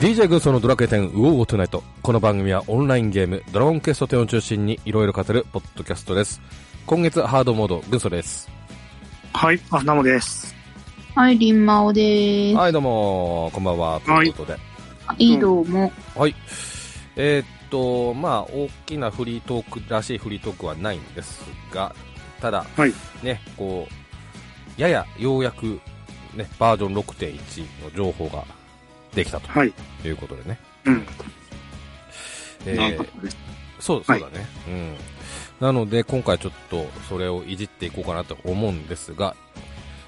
DJ 軍曹のドラクエ10ウォーオートゥナイト。この番組はオンラインゲーム、ドラゴンクエスト10を中心にいろいろ語るポッドキャストです。今月ハードモード、軍曹です。はい、あ、ナモです。はい、りんまおでーす。はい、どうも、こんばんは、とはいいうことで。いいどうも。はい。えーっと、まあ、大きなフリートークらしいフリートークはないんですが、ただ、はいね、こう、ややようやく、ね、バージョン6.1の情報ができたとはい。いうことでね。うん。えーなんかですそう、そうだね。うん。なので、今回ちょっと、それをいじっていこうかなと思うんですが、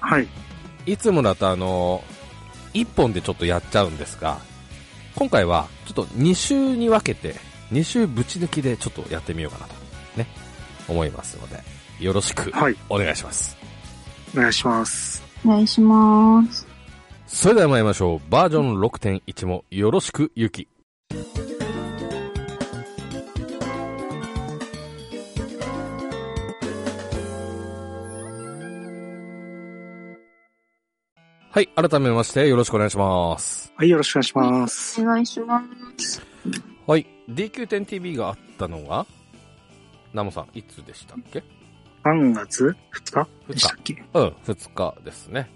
はい。いつもだとあの、1本でちょっとやっちゃうんですが、今回は、ちょっと2週に分けて、2週ぶち抜きでちょっとやってみようかなと、ね、思いますので、よろしくはい。お願いします。お願いします。お願いします。それでは参りましょう。バージョン6.1もよろしく、ゆき。はい、改めましてよろしくお願いします。はい、よろしくお願いしまおす。願いします。はい、DQ10TV があったのは、ナモさん、いつでしたっけ3月2日2でしたっけうん、2日ですね。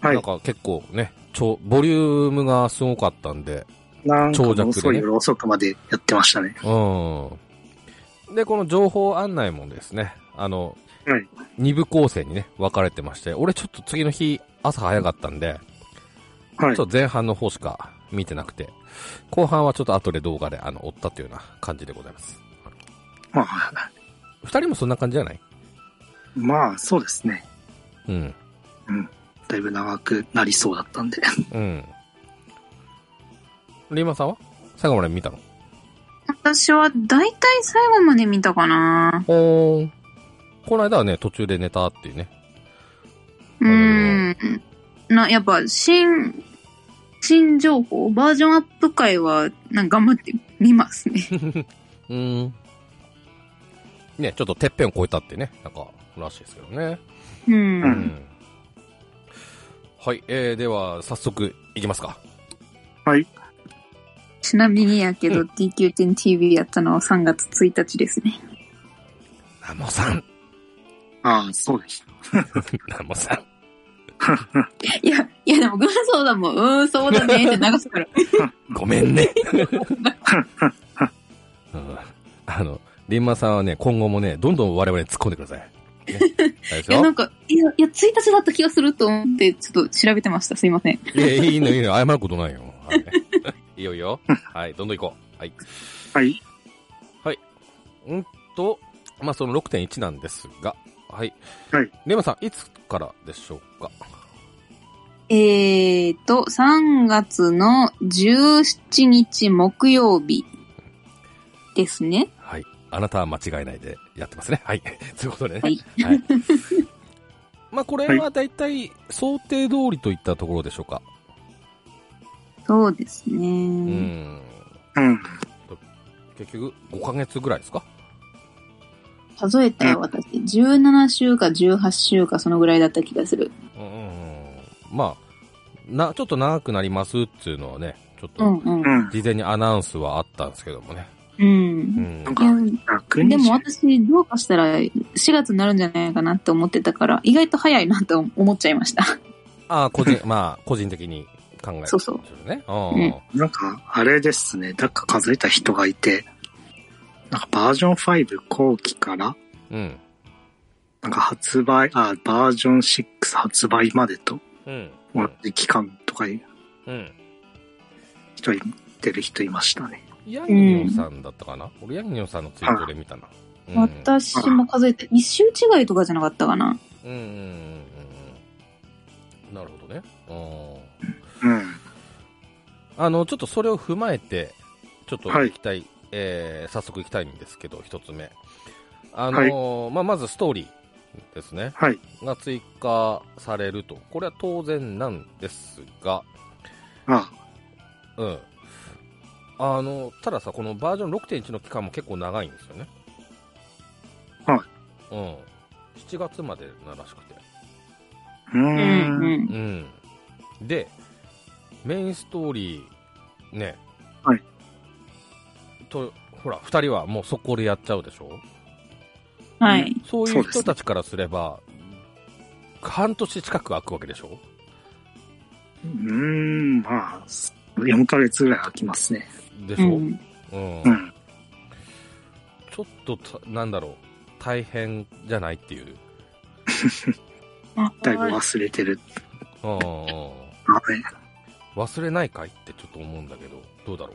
はいなん。か結構ね、ちょ、ボリュームがすごかったんで、なんか長尺でね遅い夜遅くまでやってましたね。うん。で、この情報案内もですね、あの、はい二部構成にね、分かれてまして、俺ちょっと次の日、朝早かったんで、はいちょ。っと前半の方しか見てなくて、後半はちょっと後で動画で、あの、追ったというような感じでございます。まあ、二人もそんな感じじゃないまあ、そうですね。うん。だいぶ長くなりそうだったんで。 うん。リーマンさんは最後まで見たの私は大体最後まで見たかなおー。この間はね、途中で寝たっていうね。うーん。な、やっぱ、新、新情報、バージョンアップ会は、なんか頑張って見ますね。うん。ね、ちょっとてっぺんを越えたってね、なんか、らしいですけどね。う。うんんはい、えー、では、早速、いきますか。はい。ちなみにやけど、DQ10TV やったのは3月1日ですね。ナモさん。ああ、そうでし ナモさん。いや、いやでも、軍曹だもん、うーん、そうだねって流すから。ごめんね。うんあの、リンマさんはね、今後もね、どんどん我々に突っ込んでください。ね、大いや、な丈んか、いや、いや、1日だった気がすると思って、ちょっと調べてました。すいません。夫いや、いいの、いいの、謝ることないよ。はい、いいよ、いいよ。はい、どんどん行こう。はい。た。はい。うんと、まあ、その6.1なんですが、はい。はい。レマさん、いつからでしょうかえーと、3月の17日木曜日ですね。はい。あなたは間違いないでやってますね。はい。 ということでね。はい。 はい。まあ、これはだいたい想定通りといったところでしょうか。そうですね。うん。うん。結局、5ヶ月ぐらいですか数えたよ、私。17週か18週か、そのぐらいだった気がする。うんうんうん。まあ、な、ちょっと長くなりますっていうのはね、ちょっうんと、うんう。ん。事前にアナウンスはあったんですけどもね。う。うんんなん。いかや120でも私、どうかしたら4月になるんじゃないかなって思ってたから、意外と早いなと思っちゃいました。ああ、個人、まあ、個人的に考えるそうそうですよね。ああうんなんか、あれですね。なんか数えた人がいて、なんかバージョン5後期から、うん。なんか発売、あ、バージョン6発売までとうん。う同んじ期間とかいううん。人いてる人いましたね。ヤンニョンさんだったかな、俺ヤンニョンさんのツイートで見たな。うん私も数えて、一周違いとかじゃなかったかな。うんうんうんうん。なるほどね。うんうん。あの、ちょっとそれを踏まえて、ちょっとはい行きたい、えー、早速行きたいんですけど、一つ目。あのーまあ、まずストーリーですね。はい。が追加されると。これは当然なんですが、あ、うん。あの、たださ、このバージョン6.1の期間も結構長いんですよね。はい。うん。7月までならしくて。うー。うんんうんうん。で、メインストーリね。はい。と、ほら、二人はもう速攻でやっちゃうでしょはい。そういそううで人すねたちからすれば、半年近く空くわけでしょうーん、まあ、4ヶ月ぐらい空きますね。でしうょ、ん。うんうん。ちょっとた、なんだろう、大変じゃないっていう。あだいぶ忘れてる。うんはい。忘れないかいってちょっと思うんだけど、どうだろ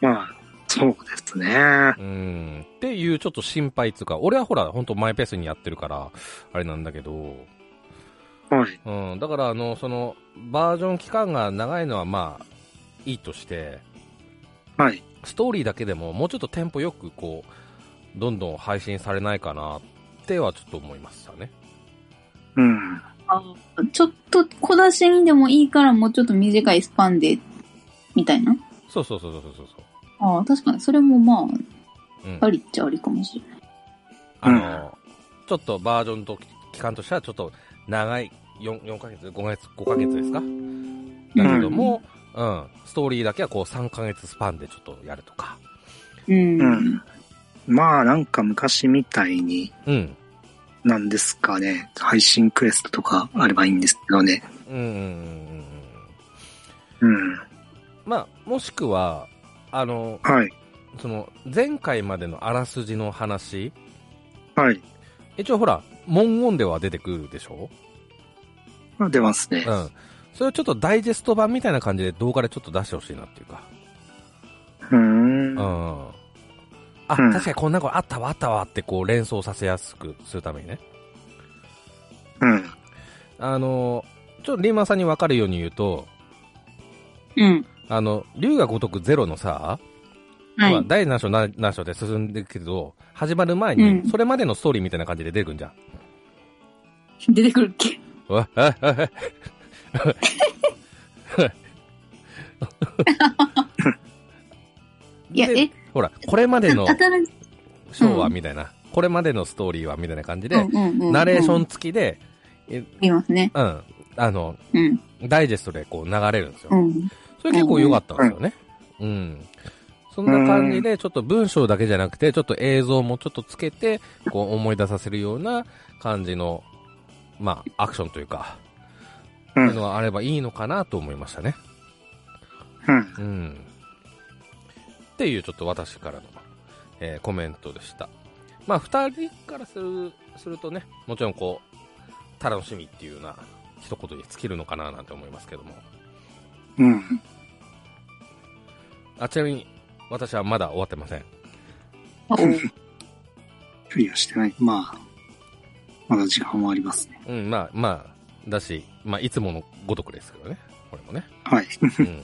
まあ、そうですね。う。うん。っていうちょっと心配つうか、俺はほら、ほんとマイペースにやってるから、あれなんだけど、はい。うん、だからあの、その、バージョン期間が長いのはまあ、いいとして、はい。ストーリーだけでももうちょっとテンポよくこう、どんどん配信されないかなってはちょっと思いましたね。うん。ちょっと小出しにでもいいからもうちょっと短いスパンで、みたいな。そうそうそうそうそうそああ、確かに。それもまう。うんあ、ありっちゃありかもしれない。あの、ちょっとバージョンと期間としてはちょっと長い 4, 4ヶ月、5ヶ月、5ヶ月ですかだけども、うん、ストーリーだけはこう3ヶ月スパンでちょっとやるとか。うん。ううんん。まあ、なんか昔みたいに、うん。なんですかね。配信クエストとかあればいいんですけどね。うんうんうんうんうん。うん。まあ、もしくは、あの、はい。その、前回までのあらすじの話、はい。一応ほら、文言では出てくるでしょまあ、出ますね。うん。それをちょっとダイジェスト版みたいな感じで動画でちょっと出してほしいなっていうか。うーん。うはん。あ、うん確かにこんなことあったわあったわってこう連想させやすくするためにね。うん。あの、ちょっとリーマンさんにわかるように言うと、うん。あの、竜が如くゼロのさ、はいまあ。第何章何何章で進んでいくけど、始まる前にう、んそれまでのストーリーみたいな感じで出てくるんじゃん。出てくるっけわ、あ、あ、あ、いや、でえ、ほら、これまで の新しい。章はみたいな、これまでのストーリーはみたいな感じで、ナナレーション。付きで、えいますね。うん、あの、うん。ダイジェストでこう流れるんですよ。うん。それ結構良かったんですよね。うん。そんな感じで、ちょっと文章だけじゃなくて、ちょっと映像もちょっとつけて、こう思い出させるような感じの、まあ、アクションというか、うそうんいうの。があればいいのかなと思いましたね。うん。うん。っていうちょっと私からの、えーコメントでした。まあ、二人からする、するとね、もちろんこう、楽しみっていうような一言に尽きるのかななんて思いますけども。うん。あ、ちなみに、私はまだ終わってません。おクリアしてない。まあ、まだ時間はありますね。うん、まあ、まあ、だし、まあ、いつものごとくですけどね。これもね。はい。うん。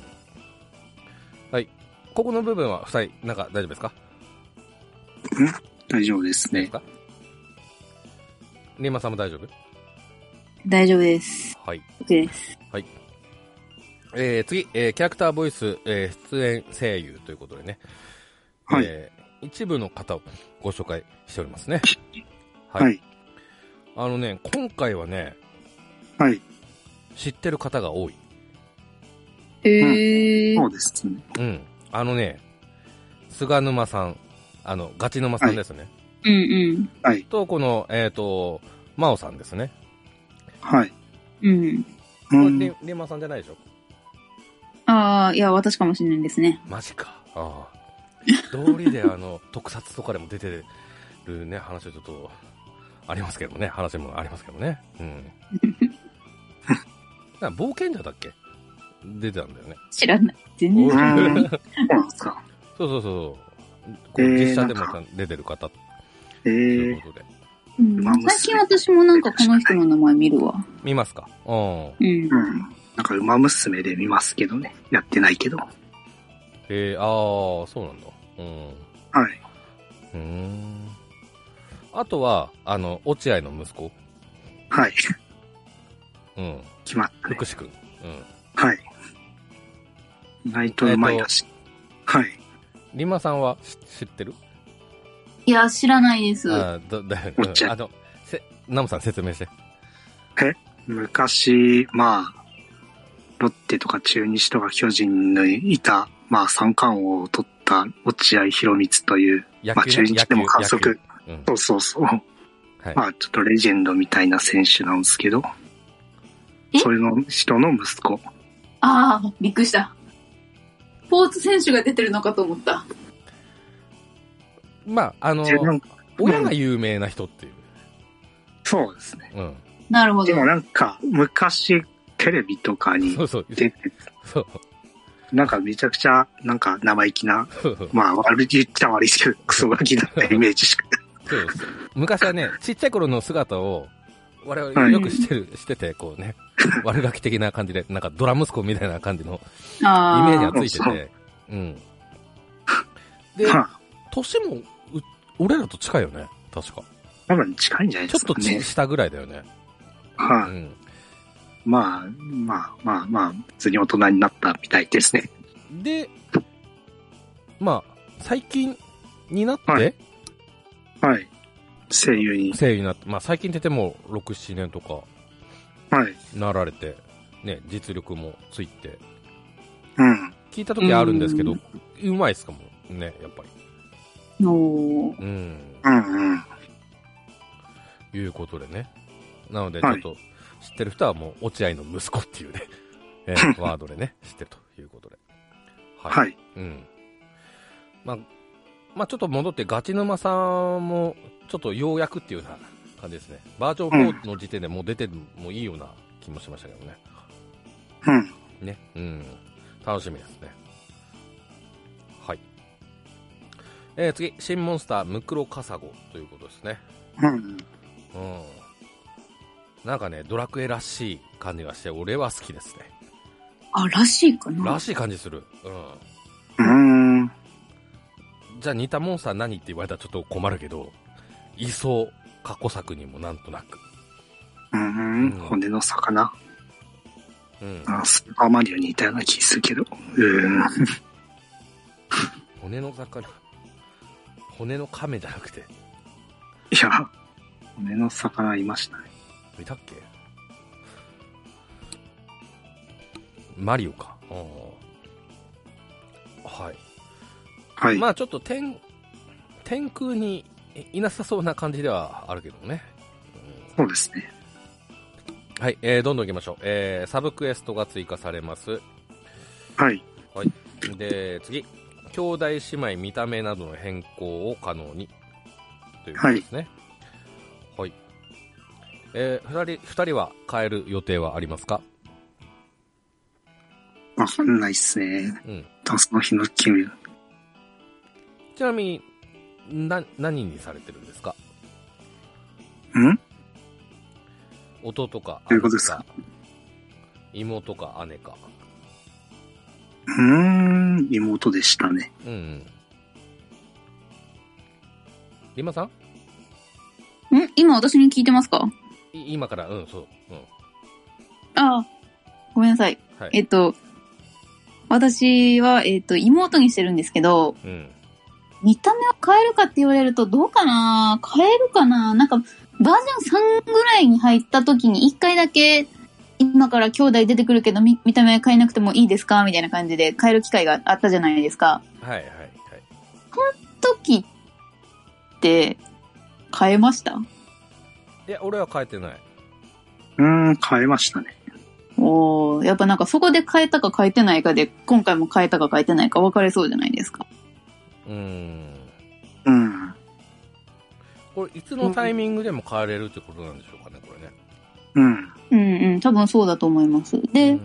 はい。ここの部分は、二人、なんか大丈夫ですか大丈夫です大丈夫ですね。かリンマさんも大丈夫大丈夫です。はい。 OK です。えー次、えーキャラクターボイス、えー出演声優ということでね、はいえー一部の方をご紹介しておりますね。はい。 はい。あのね、今回はね、はい。知ってる方が多い。へえ。そうですね。うん。あのね、菅沼さん、あの、ガチ沼さんですね。うんうん。はい。と、この、えっ、と、真央さんですね。はい。うん。うこれんリンリンマさんじゃないでしょああ、いや、私かもしれないですね。マジか。ああ。道理で、あの、特撮とかでも出てるね、話はちょっと、ありますけどね、話もありますけどね。うん。な冒険者だっけ出てたんだよね。知らない。全うう然。んそうなんですか。そうそうそう。こうえー実写でもなん出てる方ええということで。うんまあ最近私もなんかこの人の名前見るわ。見ますかうん。うんう。ん。なんか、馬娘で見ますけどね。やってないけど。はえー、ああ、そうなんだ。うん。い。うーん。あとは、あの、落合の息子。はい。うん。決まったね。福士くん。うん。はい。意外とうまいらしい。はい。リンマさんは知知ってるいや、知らないです。ああ、 だ、だよね。おっちゃんあの、せ、ナムさん説明して。昔、まあ、ロッテとか中日とか巨人にいたまあ、三冠王を取った落合博光という、野まあ、中日でも観測、野球うんそうそうそう。はいまあ、ちょっとレジェンドみたいな選手なんですけどえ、それの人の息子。ああ、びっくりした。スポーツ選手が出てるのかと思った。まあ、あので、なんか親が有名な人っていう。そうですね。うん。なるほでど。もなんか、昔、テレビとかにそうそう。出て、そう。なんかめちゃくちゃ、なんか生意気な、そうそうまあ、悪い言っちゃ悪いで すけど、クソガキだったイメージしか。そうです昔はね、ちっちゃい頃の姿を、我々はいよくしてる、してて、こ うね、悪ガキ的な感じで、なんかドラ息子みたいな感じのイあメージあがついてて、うん。で、まあ、年も、う俺らと近いよね、確か。多分近いんじゃないちょでっすとかちね。下ぐらいだよね。うはい、ん。まあ、まあ、まあ、まあ、普通に大人になったみたいですね。で、まあ、最近になって、はいはい。声優に。声優になって、まあ最近って言っても6、7年とかはい。なられて、ね、実力もついて、うん。聞いた時あるんですけどう、うまいっすかもんね、やっぱり。おーうん。うんうん。いうことでね。なので、ちょはっいと、知ってる人はもう、落合の息子っていうね、え ーワードでね、知ってるということで。ははい。うん。まあ、まあちょっと戻って、ガチ沼さんも、ちょっとようやくっていうような感じですね。バージョン4の時点でもう出てもいいような気もしましたけどね。うん。ね。うん。楽しみですね。はい。えー、次、新モンスター、ムクロカサゴということですね。うん。うん。なんかね、ドラクエらしい感じがして、俺は好きですね。あ、らしいかな。らしい感じする。ううん。ん。じゃあ似たモンスター何って言われたらちょっと困るけど、いそう、過去作にもなんとなく。うん。骨の魚。うん。あスーパーマリオに似たような気するけど。うん。骨の魚。骨の亀じゃなくて、いや、骨の魚いましたね。いたっけマリオか。うん。はい。はい。まあちょっと天、天空にいなさそうな感じではあるけどね。うんそうですね。はい、えー、どんどん行きましょう。えー、サブクエストが追加されます。はい。で、次。兄弟姉妹見た目などの変更を可能に。ということですね。はい。えー、二人、二人は変える予定はありますかわかんないっすね。うん。その日の気分。ちなみに、な、何にされてるんですかうん弟かど姉ういうことですかか妹か姉か。うーん、妹でしたね。うん、うん。リマさんん今私に聞いてますかい今から、うん、そう。うん。ああ、ごめんなさい。はい。えっと、私は、えっと、妹にしてるんですけど、うん。見た目を変えるかって言われるとどうかな変えるかななんか、バージョン3ぐらいに入った時に一回だけ、今から兄弟出てくるけど見、見た目変えなくてもいいですかみたいな感じで変える機会があったじゃないですか。はい、はい、はい。時って、変えましたいや、俺は変えてない。うーん、変えましたね。おーやっぱなんかそこで変えたか変えてないかで、今回も変えたか変えてないか分かれそうじゃないですか。うーん。うん。これ、いつのタイミングでも変えれるってことなんでしょうかね、これね。うん。うんうん、多分そうだと思います。うでん、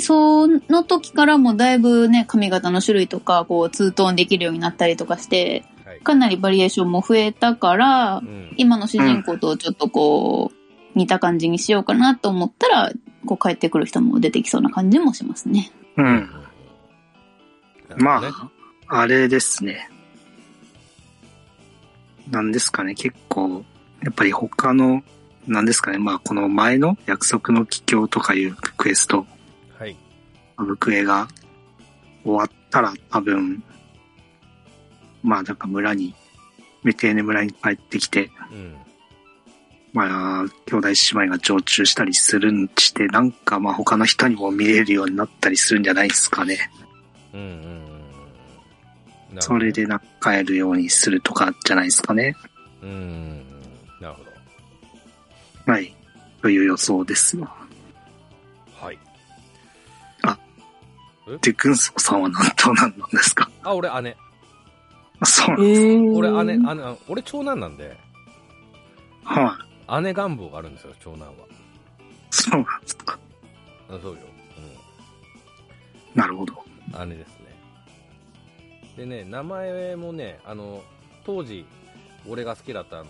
その時からもだいぶね、髪型の種類とか、こう、ツートーンできるようになったりとかして、はい。かなりバリエーションも増えたからう、ん。今の主人公とちょっとこう、似た感じにしようかなと思ったら、こう帰ってくる人も出てきそうな感じもしますね。う。うんんまなるほあ、あれですね。なんですかね、結構、やっぱり他の、なんですかね、まあこの前の約束の帰郷とかいうクエスト、どねはい。行方が終わったら多分、まあなんか村に、メテーネ村に帰ってきて、うん。まあ、兄弟姉妹が常駐したりするんして、なんかまあ他の人にも見れるようになったりするんじゃないですかね。うんうんうんうん。それでなんか帰るようにするとかじゃないですかね。なるほど。うんうんうん。なるほど。はい。という予想ですよ。はい。で、軍曹さんは何と何なんですかあ、俺姉。あそうなん俺俺姉、姉、俺長男なんで、はい。姉願望があるんですよ、長男は。そうなんですか。あそうよ。なるほど。うん。姉ですね。でね、名前もね、あの、当時、俺が好きだったあの、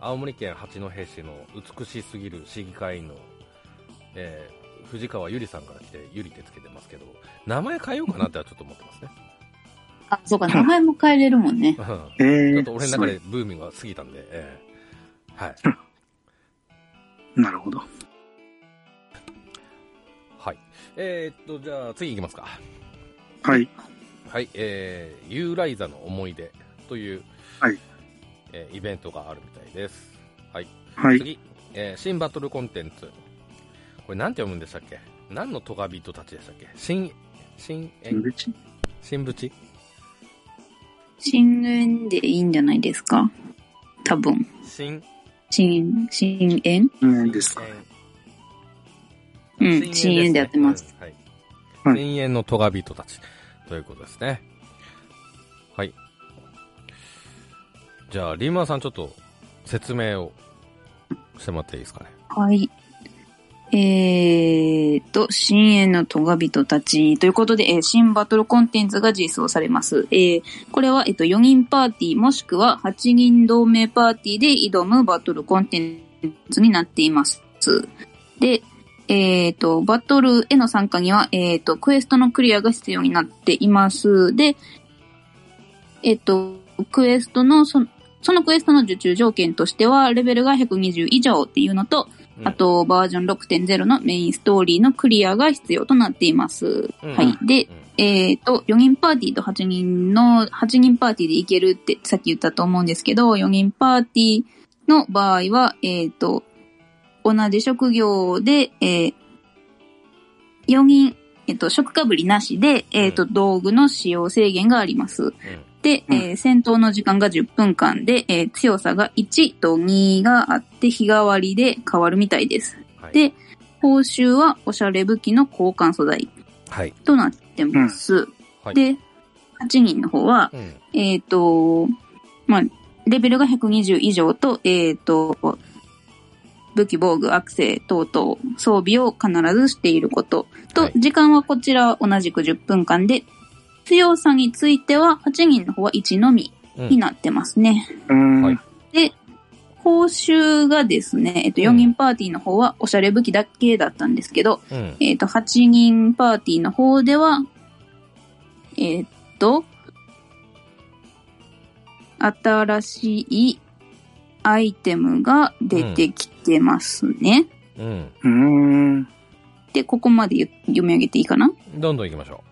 青森県八戸市の美しすぎる市議会員の、えー藤川ゆりさんから来て、ゆりってつけてますけど、名前変えようかなってはちょっと思ってますね。 あ、そうか、名前も変えれるもんね。うんえー、ちょっと俺の中そでブーミングが過ぎたんで、ええはい。うなるほど。はい。えー、っと、じゃあ次行きますか。はい。はい。えー、ユーライザの思い出という、はいえーイベントがあるみたいです。はい。はい。次、えー新バトルコンテンツ。これなんて読むんでしたっけ何のトガビトたちでしたっけ新、新、え、うち新ブチ新縁でいいんじゃないですか多分。新、新、新縁うんですか。うん、新縁でやってます。。ねははいい。深淵のトガビトたち。ということですね。はい。じゃあ、リンマンさんちょっと説明をしてもらっていいですかね。はい。えーと、深淵のトガ人たちということで、えー新バトルコンテンツが実装されます。えーこれは、えっと、4人パーティーもしくは8人同盟パーティーで挑むバトルコンテンツになっています。で、えーと、バトルへの参加には、えーと、クエストのクリアが必要になっています。で、えっと、クエストの、そのそのクエストの受注条件としては、レベルが120以上っていうのと、うんあ、と、バージョン6.0のメインストーリーのクリアが必要となっています。うんはい。で、えっ、と、4人パーティーと8人の、8人パーティーでいけるってさっき言ったと思うんですけど、4人パーティーの場合は、えっ、と、同じ職業で、え4人、えっ、と、職かぶりなしで、えっ、と、う道具の使用制限があります。で、うんえー戦闘の時間が10分間で、えー強さが1と2があって日替わりで変わるみたいです。はい、で報酬はおしゃれ武器の交換素材はい。となってます。はい、で、8人の方は、うん、えっ、と、まあ、レベルが120以上と、えっ、と、武器、防具、アクセ等々、装備を必ずしていること。と、はい時間はこちらは同じく10分間で、強さについては8人の方は1のみうんになってますね。うーん。はい報酬がですね、えっと、4人パーティーの方はおしゃれ武器だけだったんですけど、うんえっ、と、8人パーティーの方では、えっ、と、新しいアイテムが出てきてますね。うん。うーん。で、ここまで読読み上げていいかなどんどん行きましょ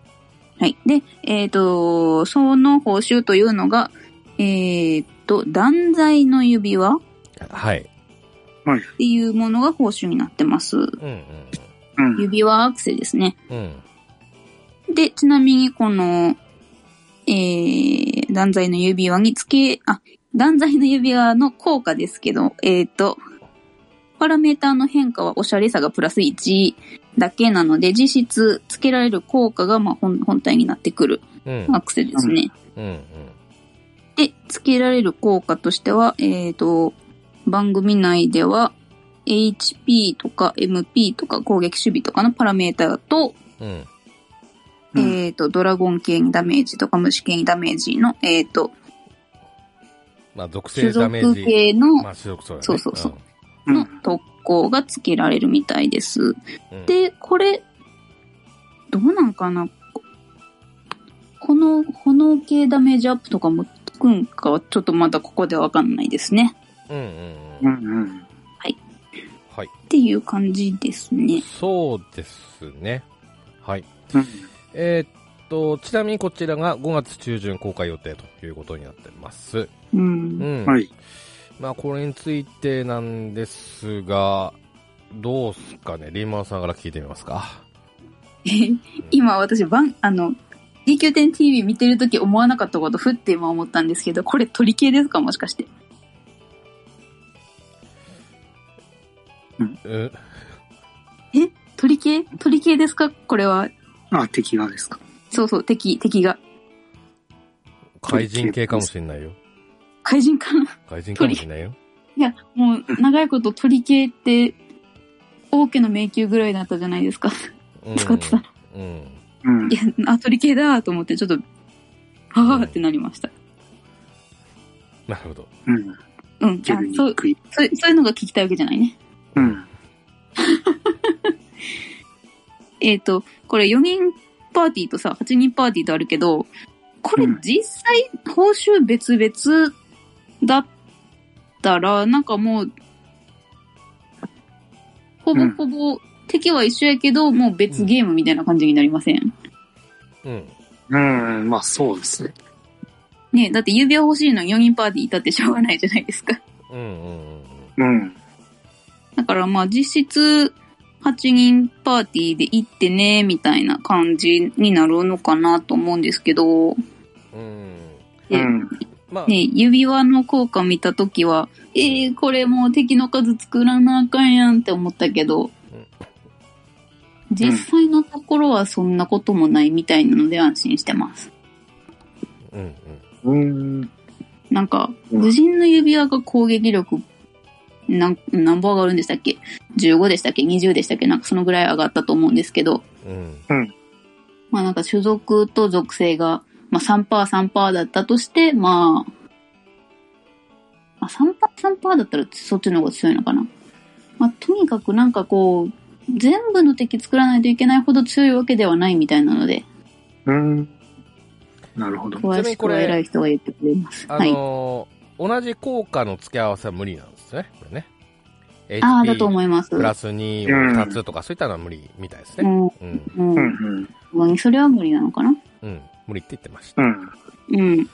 はい。で、えっ、と、その報酬というのが、えっ、と、断罪の指輪っう。はい。ていうものが報酬になってます。うんうん。指輪アクセですね。うん。うん。で、ちなみにこの、えー、断罪の指輪につけ、あ、断罪の指輪の効果ですけど、えっ、と、パラメーターの変化はおしゃれさがプラス1だけなので、実質つけられる効果がまあ本本体になってくるうん。アクセですね。うん。うん。で、つけられる効果としては、えっ、と、番組内では、HP とか MP とか攻撃守備とかのパラメーターと、うん。うんえっ、と、ドラゴン系にダメージとか虫系にダメージの、えっ、と、まあ、属性種ダメー族ジ。系のま、あ、種族そうだね。そうそうそううのん。特攻がつけられるみたいです。うん。うん、で、これ、どうなんかなここの、炎系ダメージアップとかもつくんかはちょっとまだここでわかんないですね。うんうんううん。んうん。はい。っていう感じですね。そうですね。はい。うん。えーっと、ちなみにこちらが5月中旬公開予定ということになってます。う。うんん。はい。まあ、これについてなんですが、どうすかね、リーマンさんから聞いてみますか。今私、バン、あの、DQ10TV 見てるとき思わなかったこと、ふって今思ったんですけど、これ鳥系ですかもしかして。ええ鳥系鳥系ですかこれは。あ、敵がですか。そうそう、敵、敵が。怪人系かもしんないよ。怪人かな 怪人かもしんないよ。いや、もう、長いこと鳥系って、王家の迷宮ぐらいだったじゃないですか。 うん使ってた。うん。うんい。や、あ、鳥系だと思って、ちょっと、はぁってなりました。なるほど。うん。うん。ゲあルニそう、クイ。そうそういうのが聞きたいわけじゃないね。うん。えっ、と、これ4人パーティーとさ、8人パーティーとあるけど、これうん実際報酬別々だったら、なんかもう、ほぼほぼ敵は一緒やけど、もう別ゲームみたいな感じになりません。うん。うん、まあそうですね。ねえだって指輪欲しいの4人パーティーいたってしょうがないじゃないですか。うんうんうん。うん。だからまあ実質8人パーティーで行ってね、みたいな感じになるのかなと思うんですけうん。ど、うえん。まあ、ね、指輪の効果見たときは、えー、これもう敵の数作らなあかんやんって思ったけどうん、実際のところはそんなこともないみたいなので安心してます。うんうん。うん。なんか、うん無人の指輪が攻撃力、なん、何本上がるんでしたっけ ?15 でしたっけ ?20 でしたっけなんかそのぐらい上がったと思うんですけど、うん。まあなんか種族と属性が、まあ3%、3%だったとして、まあ、まあ3%、3%だったらそっちの方が強いのかな。まあとにかくなんかこう、全部の敵作らないといけないほど強いわけではないみたいなので、うん。なるほど。詳ちなみしにくこはれ偉い人が言ってくれます。あはい。のー同じ効果の付け合わせは無理なんですね。これね。ああ、だと思います。プラス2を2つとか、そういったのは無理みたいですうね。ん、うん。ううんん。まあそれは無理なのかなうん。無理って言ってましたう。ん。うん。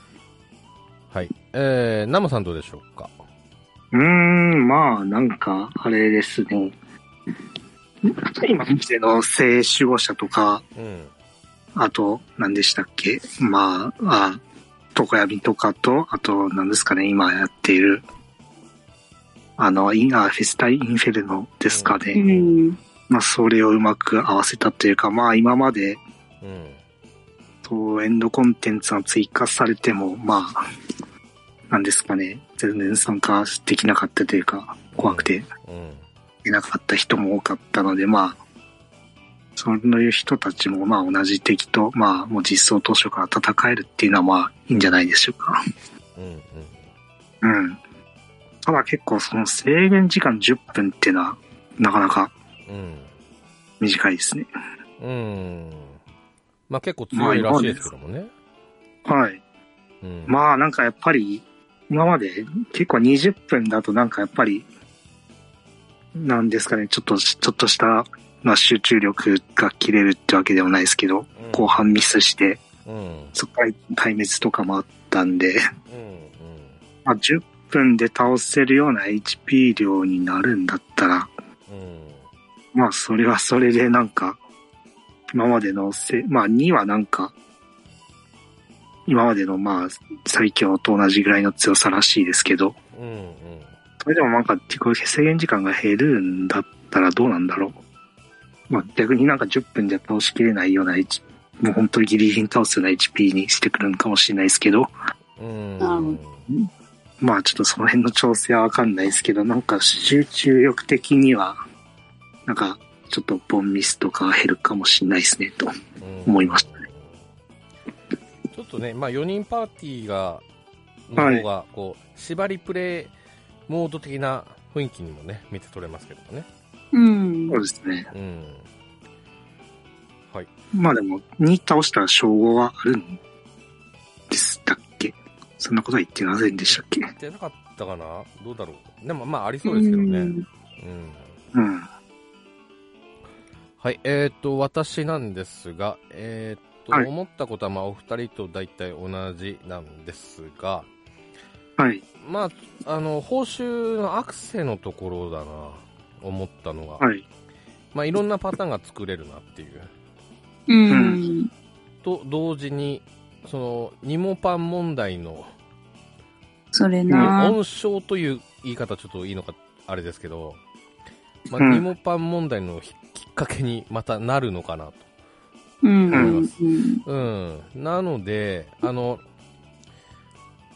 はい。えー、ナムさんどうでしょうかうん。うん、まあなんか、あれですね。今見ての性守護者とか、うん。あと、何でしたっけまあ、あ、床闇とかと、あと、何ですかね、今やっている、あの、インアーフェスタインフェルノですかね。うん。まあ、それをうまく合わせたというか、まあ、今まで、うん。そう、エンドコンテンツが追加されても、まあ、なんですかね、全然参加できなかったというか、怖くてうん。いなかった人も多かったので、まあ、そういう人たちも、まあ、同じ敵と、まあ、もう実装当初から戦えるっていうのは、まあ、いいんじゃないでしょうか。うん。うん。うん。ただ結構、その制限時間10分っていうのは、なかなかうん。短いですね。うん。まあ結構強いらしいですけどもね。はい。うん。まあなんかやっぱり、今まで結構20分だとなんかやっぱり、なんですかね、ちょっと、ちょっとした、まあ集中力が切れるってわけでもないですけど、うん後。半ミスして、うん。うん。そこから壊滅とかもあったんで、うん。まあ10分で倒せるような HP 量になるんだったら、うん。まあそれはそれでなんか、今までのせ、まあ2はなんか、今までのまあ最強と同じぐらいの強さらしいですけど、うん。うん。それでもなんか、こう制限時間が減るんだったらどうなんだろう。まあ、逆になんか10分じゃ倒しきれないような、H、もう本当にギリギリに倒すような HP にしてくるのかもしれないですけど、うん。まあちょっとその辺の調整はわかんないですけど、なんか集中力的には、なんかちょっとボンミスとかは減るかもしれないですね、と。思いましたね。ちょっとね、まあ、4人パーティーが、はいの方が、こう、縛りプレイモード的な雰囲気にもね、見て取れますけどもね。うんそう。ですね。うん。はい。まあでも、2倒したら称号はあるんでしたっけそんなことは言ってませんでしたっけ言ってなかったかなどうだろう。でも、まあ、ありそうですけどね。うんうんうん。はい、えっ、と、私なんですが、えっ、と、はい思ったことは、まあ、お二人と大体同じなんですが、はい。まあ、あの、報酬のアクセのところだな、思ったのが、はい。まあ、いろんなパターンが作れるなっていう。うん。と同時に、その、ニモパン問題の、それな、温床という言い方ちょっといいのか、あれですけど、まあ、うんニモパン問題のききっかけにまたなるのかなと。うん。うんうん。うん。なので、あの、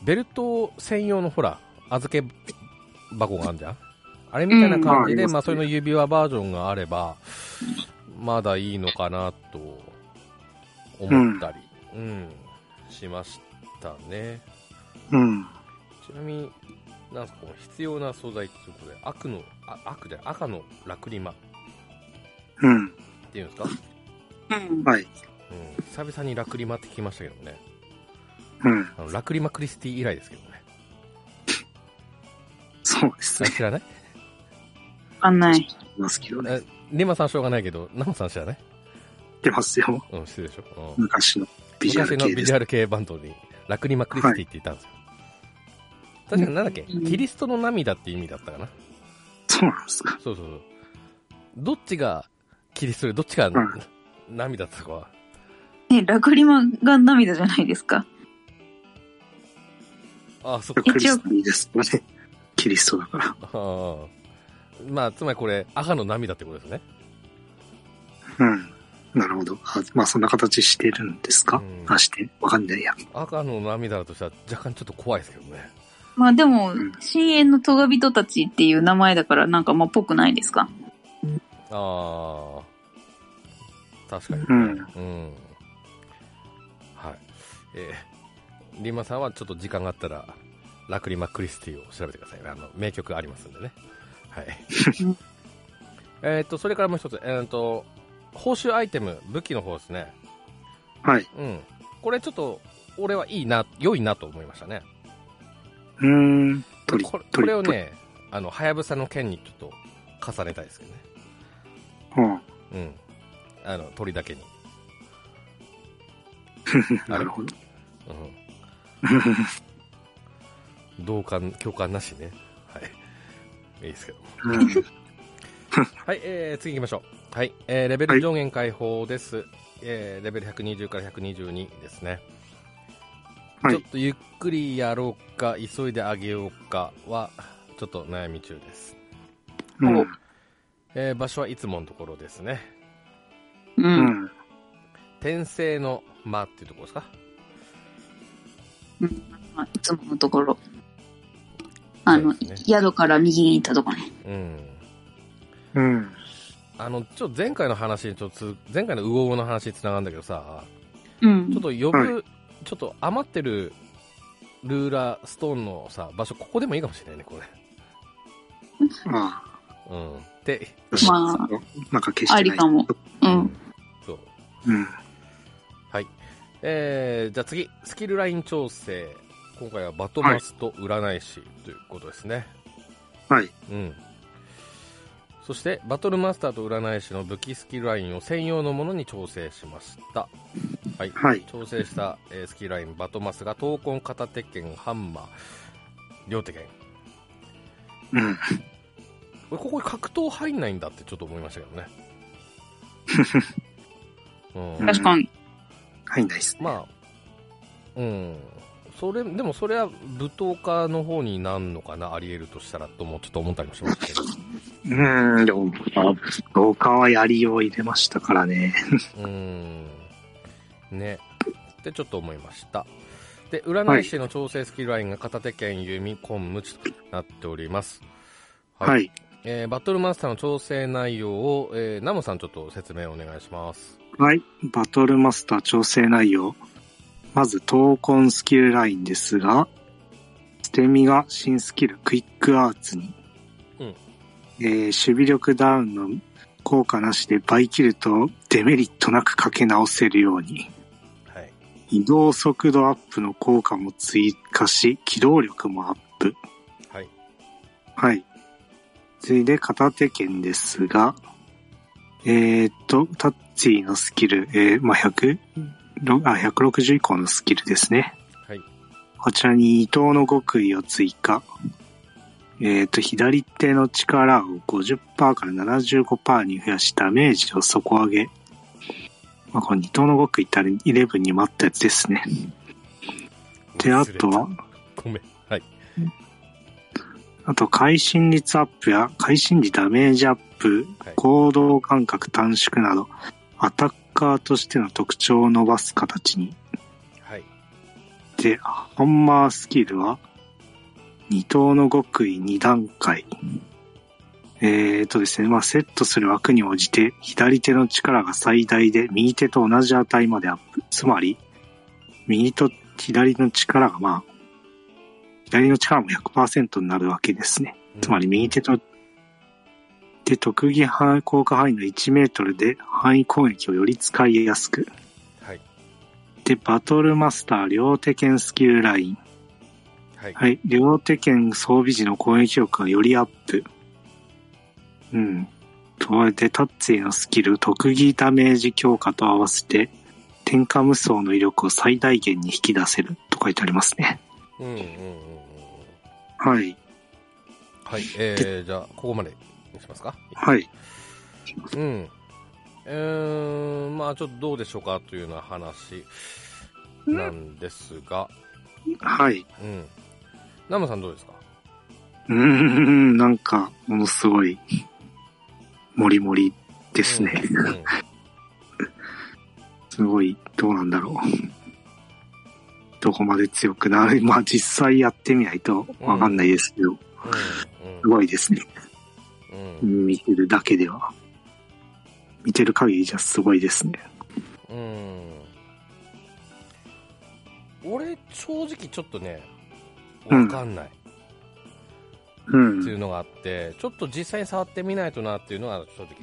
ベルト専用のほら、預け箱があるじゃんあれみたいな感じで、まあ、うんまあありますねそれの指輪バージョンがあれば、まだいいのかなと思ったり、うん、しましたね。うん。ちなみに、なんすか、この必要な素材ということで、悪の、あ悪じゃない赤のラクリマっうん。ていうんですか、うん。はい。うん、久々にラクリマって聞きましたけどね。うん。あのラクリマクリスティ以来ですけどね。そうですあね。知らないわかんない。いますけどね。えネマさんしょうがないけど、ナマさん知らない出ますよ。うん、失礼でしょ。うん、昔のビジュアル昔の系ビでジすュ。アル系バンドに、ラクリマ・クリスティって言ったんですよ。確かになんだっけ、うんキリストの涙って意味だったかなそうなんですか。そうそうそう。どっちがキリストで、どっちが涙だったかは、え、ラクリマが涙じゃないですか。ああ、そっか。クリストいいですよね。 キリストだから。あーまあ、つまりこれ、赤の涙ってことですね。うん。なるほど。あまあ、そんな形してるんですか、うんあ、して、わかんないや。赤の涙だとしたら若干ちょっと怖いですけどね。まあでもうん、深淵の咎人たちっていう名前だから、なんかまあぽくないですか。ああ、確かに。うん。うん。はい。えー、リンマさんはちょっと時間があったら、ラクリマ・クリスティを調べてください。あの、名曲ありますんでね。はい。 えっと、それからもう一つ、えっと、報酬アイテム、武器の方ですね。はい。うん。これちょっと、俺はいいな、良いなと思いましたね。うーん。こ鳥れこれを。ね、あの、はやぶさの剣にちょっと重ねたいですけどね。鳥うんうん。あの、鳥だけに。なるほど。うん。同感、共感なしね。はい。いいですけど。うんはい、えー、次行きましょう。はい、えー、レベル上限解放です。えー、レベル120から122ですね。はいちょっとゆっくりやろうか、急いであげようかは、ちょっと悩み中です。うん。うんえー、場所はいつものところですね。う。うんん。転生の間っていうところですかまあ、いつものところ。あの、そうですね宿から右に行ったとこね。うん。うん。あの、ちょっと前回の話にちょっとつ、前回のウゴウゴの話につながるんだけどさ、うん。ちょっと呼ぶ、はちょっと余ってるルーラーストーンのさ、場所、ここでもいいかもしれないね、こああ。れ。うん。で、まあなんか消してない。ありかも。うん。そう。うん。はい。えー、じゃあ次、スキルライン調整。今回はバトマスと占い師ということですね。はい。うん。そして、バトルマスターと占い師の武器スキルラインを専用のものに調整しました。はい。はい。調整した、えースキルラインバトマスが闘魂片手剣ハンマー両手剣うん。俺ここに格闘入んないんだってちょっと思いましたけどねうん確かに。はい、ナイス。まあうんそれでもそれは武闘家の方になんのかなあり得るとしたらともちょっと思ったりもしましたけどうーん、でも、あ、廊下は槍を入れましたからね。うーん。ね。ってちょっと思いました。で、占い師の調整スキルラインが片手剣、弓、ンムチとなっております。。はいい。えーバトルマスターの調整内容を、えーナムさんちょっと説明お願いします。はい。バトルマスター調整内容。まず、闘魂スキルラインですが、捨て身が新スキルクイックアーツに、うんえー守備力ダウンの効果なしで倍キルトをデメリットなくかけ直せるように、はい。移動速度アップの効果も追加し、機動力もアップ。はい。はい。次いで片手剣ですが、えーっと、タッチーのスキル、えー、まあ、100、ろあ、160以降のスキルですね。はい。こちらに伊藤の極意を追加。えーっと、左手の力を50%から75%に増やしダメージを底上げ。まあ、この二刀の極意ってあれ、11に待ったやつですね。で、あとは、ごめん。はい。あと、会心率アップや、会心時ダメージアッはプ、い行動間隔短縮など、アタッカーとしての特徴を伸ばす形に。はい。で、ハンマースキルは、二刀の極意2段階。えーとですね、まあ、セットする枠に応じて、左手の力が最大で、右手と同じ値までアップ。つまり、右と左の力が、まあ、左の力も100%になるわけですね。つまり右手と、で、特技範効果範囲の1メートルで範囲攻撃をより使いやすく。はい。で、バトルマスター両手剣スキルライン。はい。はい。はい。両手剣装備時の攻撃力がよりアップ。うん。とで、タッツィのスキル、特技ダメージ強化と合わせて、天下無双の威力を最大限に引き出せると書いてありますね。うんうんうんうん。はい。はい。えー、じゃあ、ここまでにしますか。はい。うん。えー、まあちょっとどうでしょうかというような話なんですが、はい。うん。ナムさんどうですかうーん、なんか、ものすごい、もりもりですね。うんうんすごい、どうなんだろう。どこまで強くなる。 まあ実際やってみないとわかんないですけど、すごいですね。うんうん。見てるだけでは。見てる限りじゃすごいですね。うん。俺、正直ちょっとね、うんわかんないっうていん。うのがあって、ちょっと実際に触ってみないとなっていうのは正直、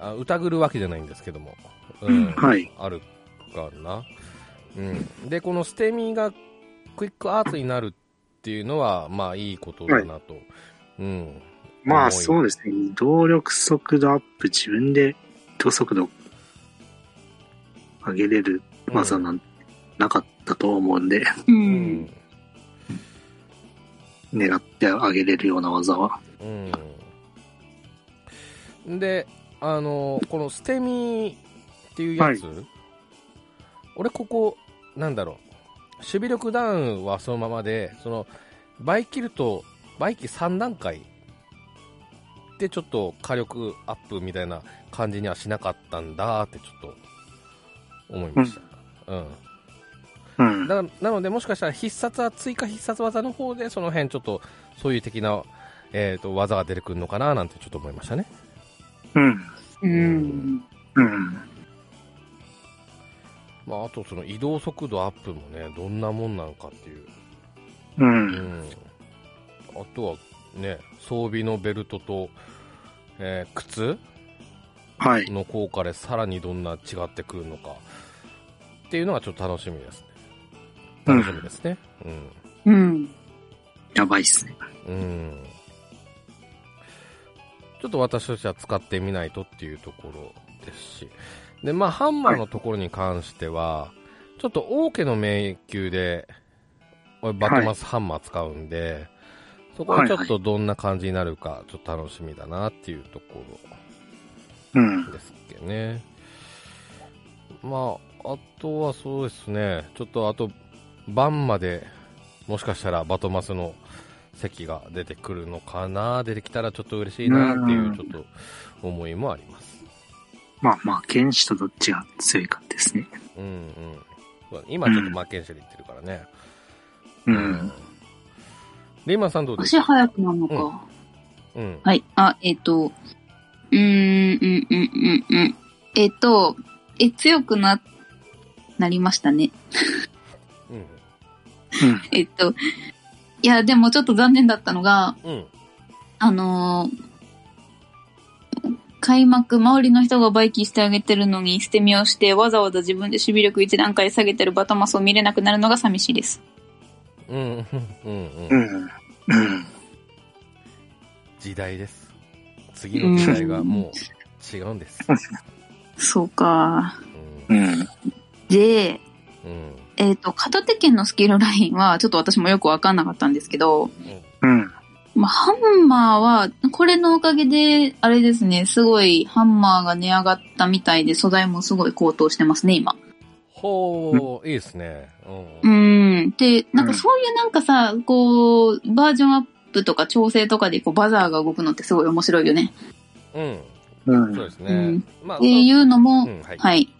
あ疑るわけじゃないんですけども。うん。はい。あるかな。うん。で、このステミがクイックアートになるっていうのは、まあいいことだなと。うん。ま重いあそうですね。移動力速度アップ、自分で移動速度上げれる技なんてなかったと思うんで、う。うんん。狙って上げれるような技は。うん。で、あの、このステミっていうやつ、俺ここ、なんだろう。守備力ダウンはそのままで、その、バイキルと、バイキ3段階でちょっと火力アップみたいな感じにはしなかったんだってちょっと思いました。うん。うん。だなので、もしかしたら必殺は追加必殺技の方で、その辺ちょっとそういう的な、えー、と技が出てくるのかななんてちょっと思いましたね。うん。うん。うん。まあ、あとその移動速度アップもね、どんなもんなのかっていう。う。うんん。あとはね、装備のベルトと、えー靴はい。の効果でさらにどんな違ってくるのかっていうのがちょっと楽しみですね。うん楽しみですね。うんうん。やばいっすね。うん。ちょっと私としては使ってみないとっていうところですし。で、まあ、ハンマーのところに関しては、ちょっと王家の迷宮で、俺バトマスハンマー使うんで、そこはちょっとどんな感じになるか、ちょっと楽しみだなっていうとこうんろ。ですけどね。まあ、あとはそうですね、ちょっとあと、晩まで、もしかしたらバトマスの席が出てくるのかな、出てきたらちょっと嬉しいなっていうう、んちょっと思いもあります。まあまあ、剣士とどっちが強いかですね。うんうんそうだね。今ちょっとマーケンシェで行ってるからね。うん。。リーマンさんどうです足か速くなるのうんか。うん。はい。あ、えっ、と、うーん、うん、うん、うん、うん。えっ、と、え、強くな、なりましたね。うん。えっ、と、いや、でもちょっと残念だったのが、うん。あのー開幕、周りの人がバイキしてあげてるのに捨て身をして、わざわざ自分で守備力1段階下げてるバトマスを見れなくなるのが寂しいです。うん。うん。ううん。ん。うん。時代です。次の時代がもう違うんです。そうか。ううん。で、ん。うん。えっ、と、片手剣のスキルラインは、ちょっと私もよくわかんなかったんですけど、うん。まあ、ハンマーは、これのおかげで、あれですね、すごいハンマーが値上がったみたいで、素材もすごい高騰してますね、今。ほう、いいですね。う。うんん。で、なんうんかそういうなんかさ、こう、バージョンアップとか調整とかで、こう、バザーが動くのってすごい面白いよね。うん。うんそうですうねん。まあっていうのも、うん、はい。はい。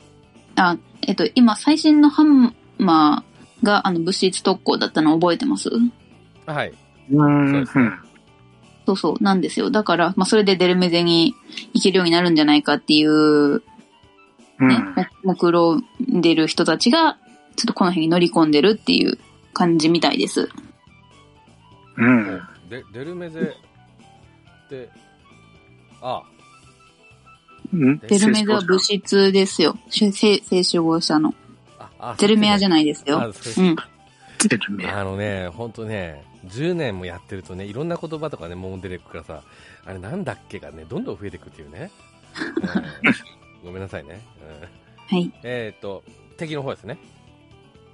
あ、えっと、今、最新のハンマーが、あの、物質特攻だったの覚えてますはい。うんそうですねそうそう、なんですよ。だから、まあ、それでデルメゼに行けるようになるんじゃないかっていう、うんね、も目論んでる人たちが、ちょっとこの辺に乗り込んでるっていう感じみたいです。うん。で、デルメゼって、あ、うん。デルメゼは物質。質ですよ。し性性集合者の。あ、あ、デルメアじゃなないですよ。あそううん。デルメアあのね、ほんとね、10年もやってるとね、いろんな言葉とかね、もう出てくからさ、あれなんだっけがね、どんどん増えてくっていうね。うんごめんなさいね。うんはい。えっと、敵の方ですね。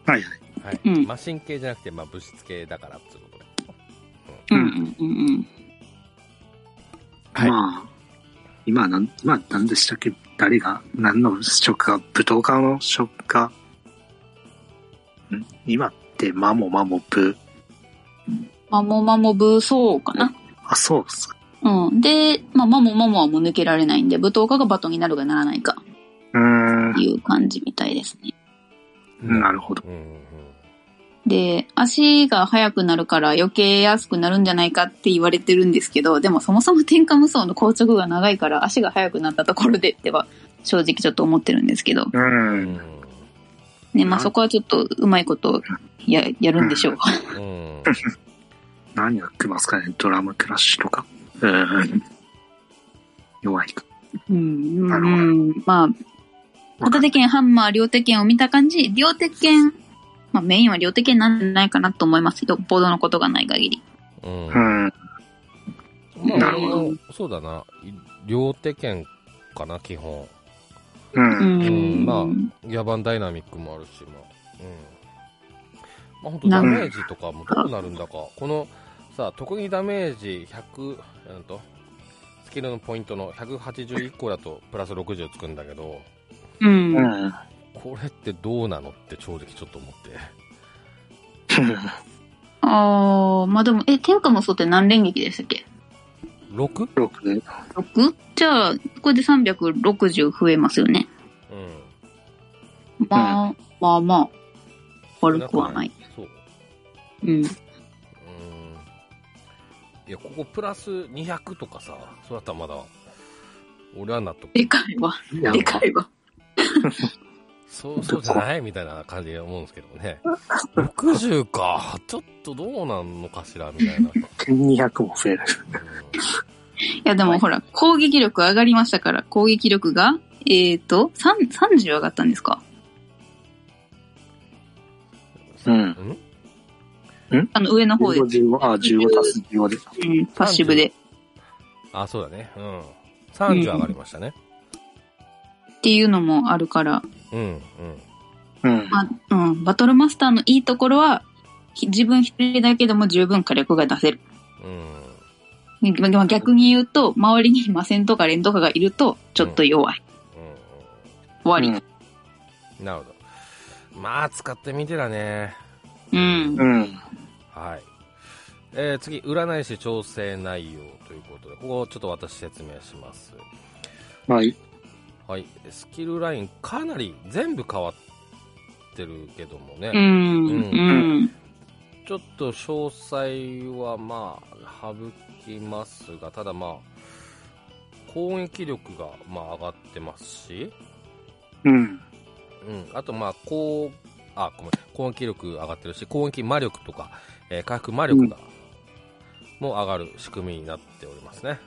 はいはい。はい。うんマシン系じゃなくて、まあ物質系だからっていうことで。うんうんうんうん。はいまあ、今なん、まあ何でしたっけ誰が、何の食か、武闘家の食か。ん今って、マモマモブ。マモマモブそうかな。あ、そうっすか。うん。で、まあ、マモマモはもう抜けられないんで、舞踏家がバトンになるかならないかうーんっ。ていう感じみたいですね。なるほど。うんうんで、足が速くなるから余計安くなるんじゃないかって言われてるんですけど、でもそもそも天下無双の硬直が長いから足が速くなったところでっては正直ちょっと思ってるんですけど、う。うんん。ね、まあそこはちょっとうまいことや、やるんでしょう。うん。何が来ますかねドラムクラッシュとか。うーん。弱いか。うん、なるほどうん、まあ、片手剣、ハンマー、両手剣を見た感じ、両手剣、まあメインは両手剣なんじゃないかなと思います。よっぽどのことがない限り。うんうん。まあ、なるほどそうだな。い両手剣かな、基本。う。うんんん、ま野蛮ダイナミックもあるし、まあ。うん。まあ、ほんとダメージとかもどうなるんだか。この、さ、特技ダメージ100、うんと、スキルのポイントの180以降だとプラス60つくんだけど、う。うんん。これってどうなのって正直ちょっと思って。ああ、まあでも、え、天下無双って何連撃でしたっけ 6? 6 6? じゃあ、これで360増えますよね。うん。まあ、まあまあ、悪くはない。。そう。うん。うんいや、ここプラス200とかさ、そうだったらまだ、俺は納得。でかいわ。やでかいわ。そう、そうじゃないみたいな感じで思うんですけどね。60か。ちょっとどうなんのかしらみたいな。うん200も増える。いや、でもほら、攻撃力上がりましたから、攻撃力が、えっ、ー、と、3 30上がったんですかうん。んあの、上の方で。う15、15、あ、15足す15で。ん、パッシブで。あ、そうだね。うん。30上がりましたね。っていうのもあるから、うん、うん。うん。まあ、うん、バトルマスターのいいところは、ひ自分一人だけでも十分火力が出せる。うん。まま逆に言うと、周りに魔戦とか連とかがいると、ちょっと弱い。終わり。うん。なるほど。まあ、使ってみてだね。うんう。ん。はい。えー次、占い師調整内容ということで、ここをちょっと私説明します。はい。はい。スキルラインかなり全部変わってるけどもね。うん。うん。ちょっと詳細はまあ、省きますが、ただまあ、攻撃力がまあ上がってますし、うん。うん、あとまあ、こう、あ、ごめん、攻撃力上がってるし、攻撃魔力とか、えー回復魔力が、もう上がる仕組みになっておりますね。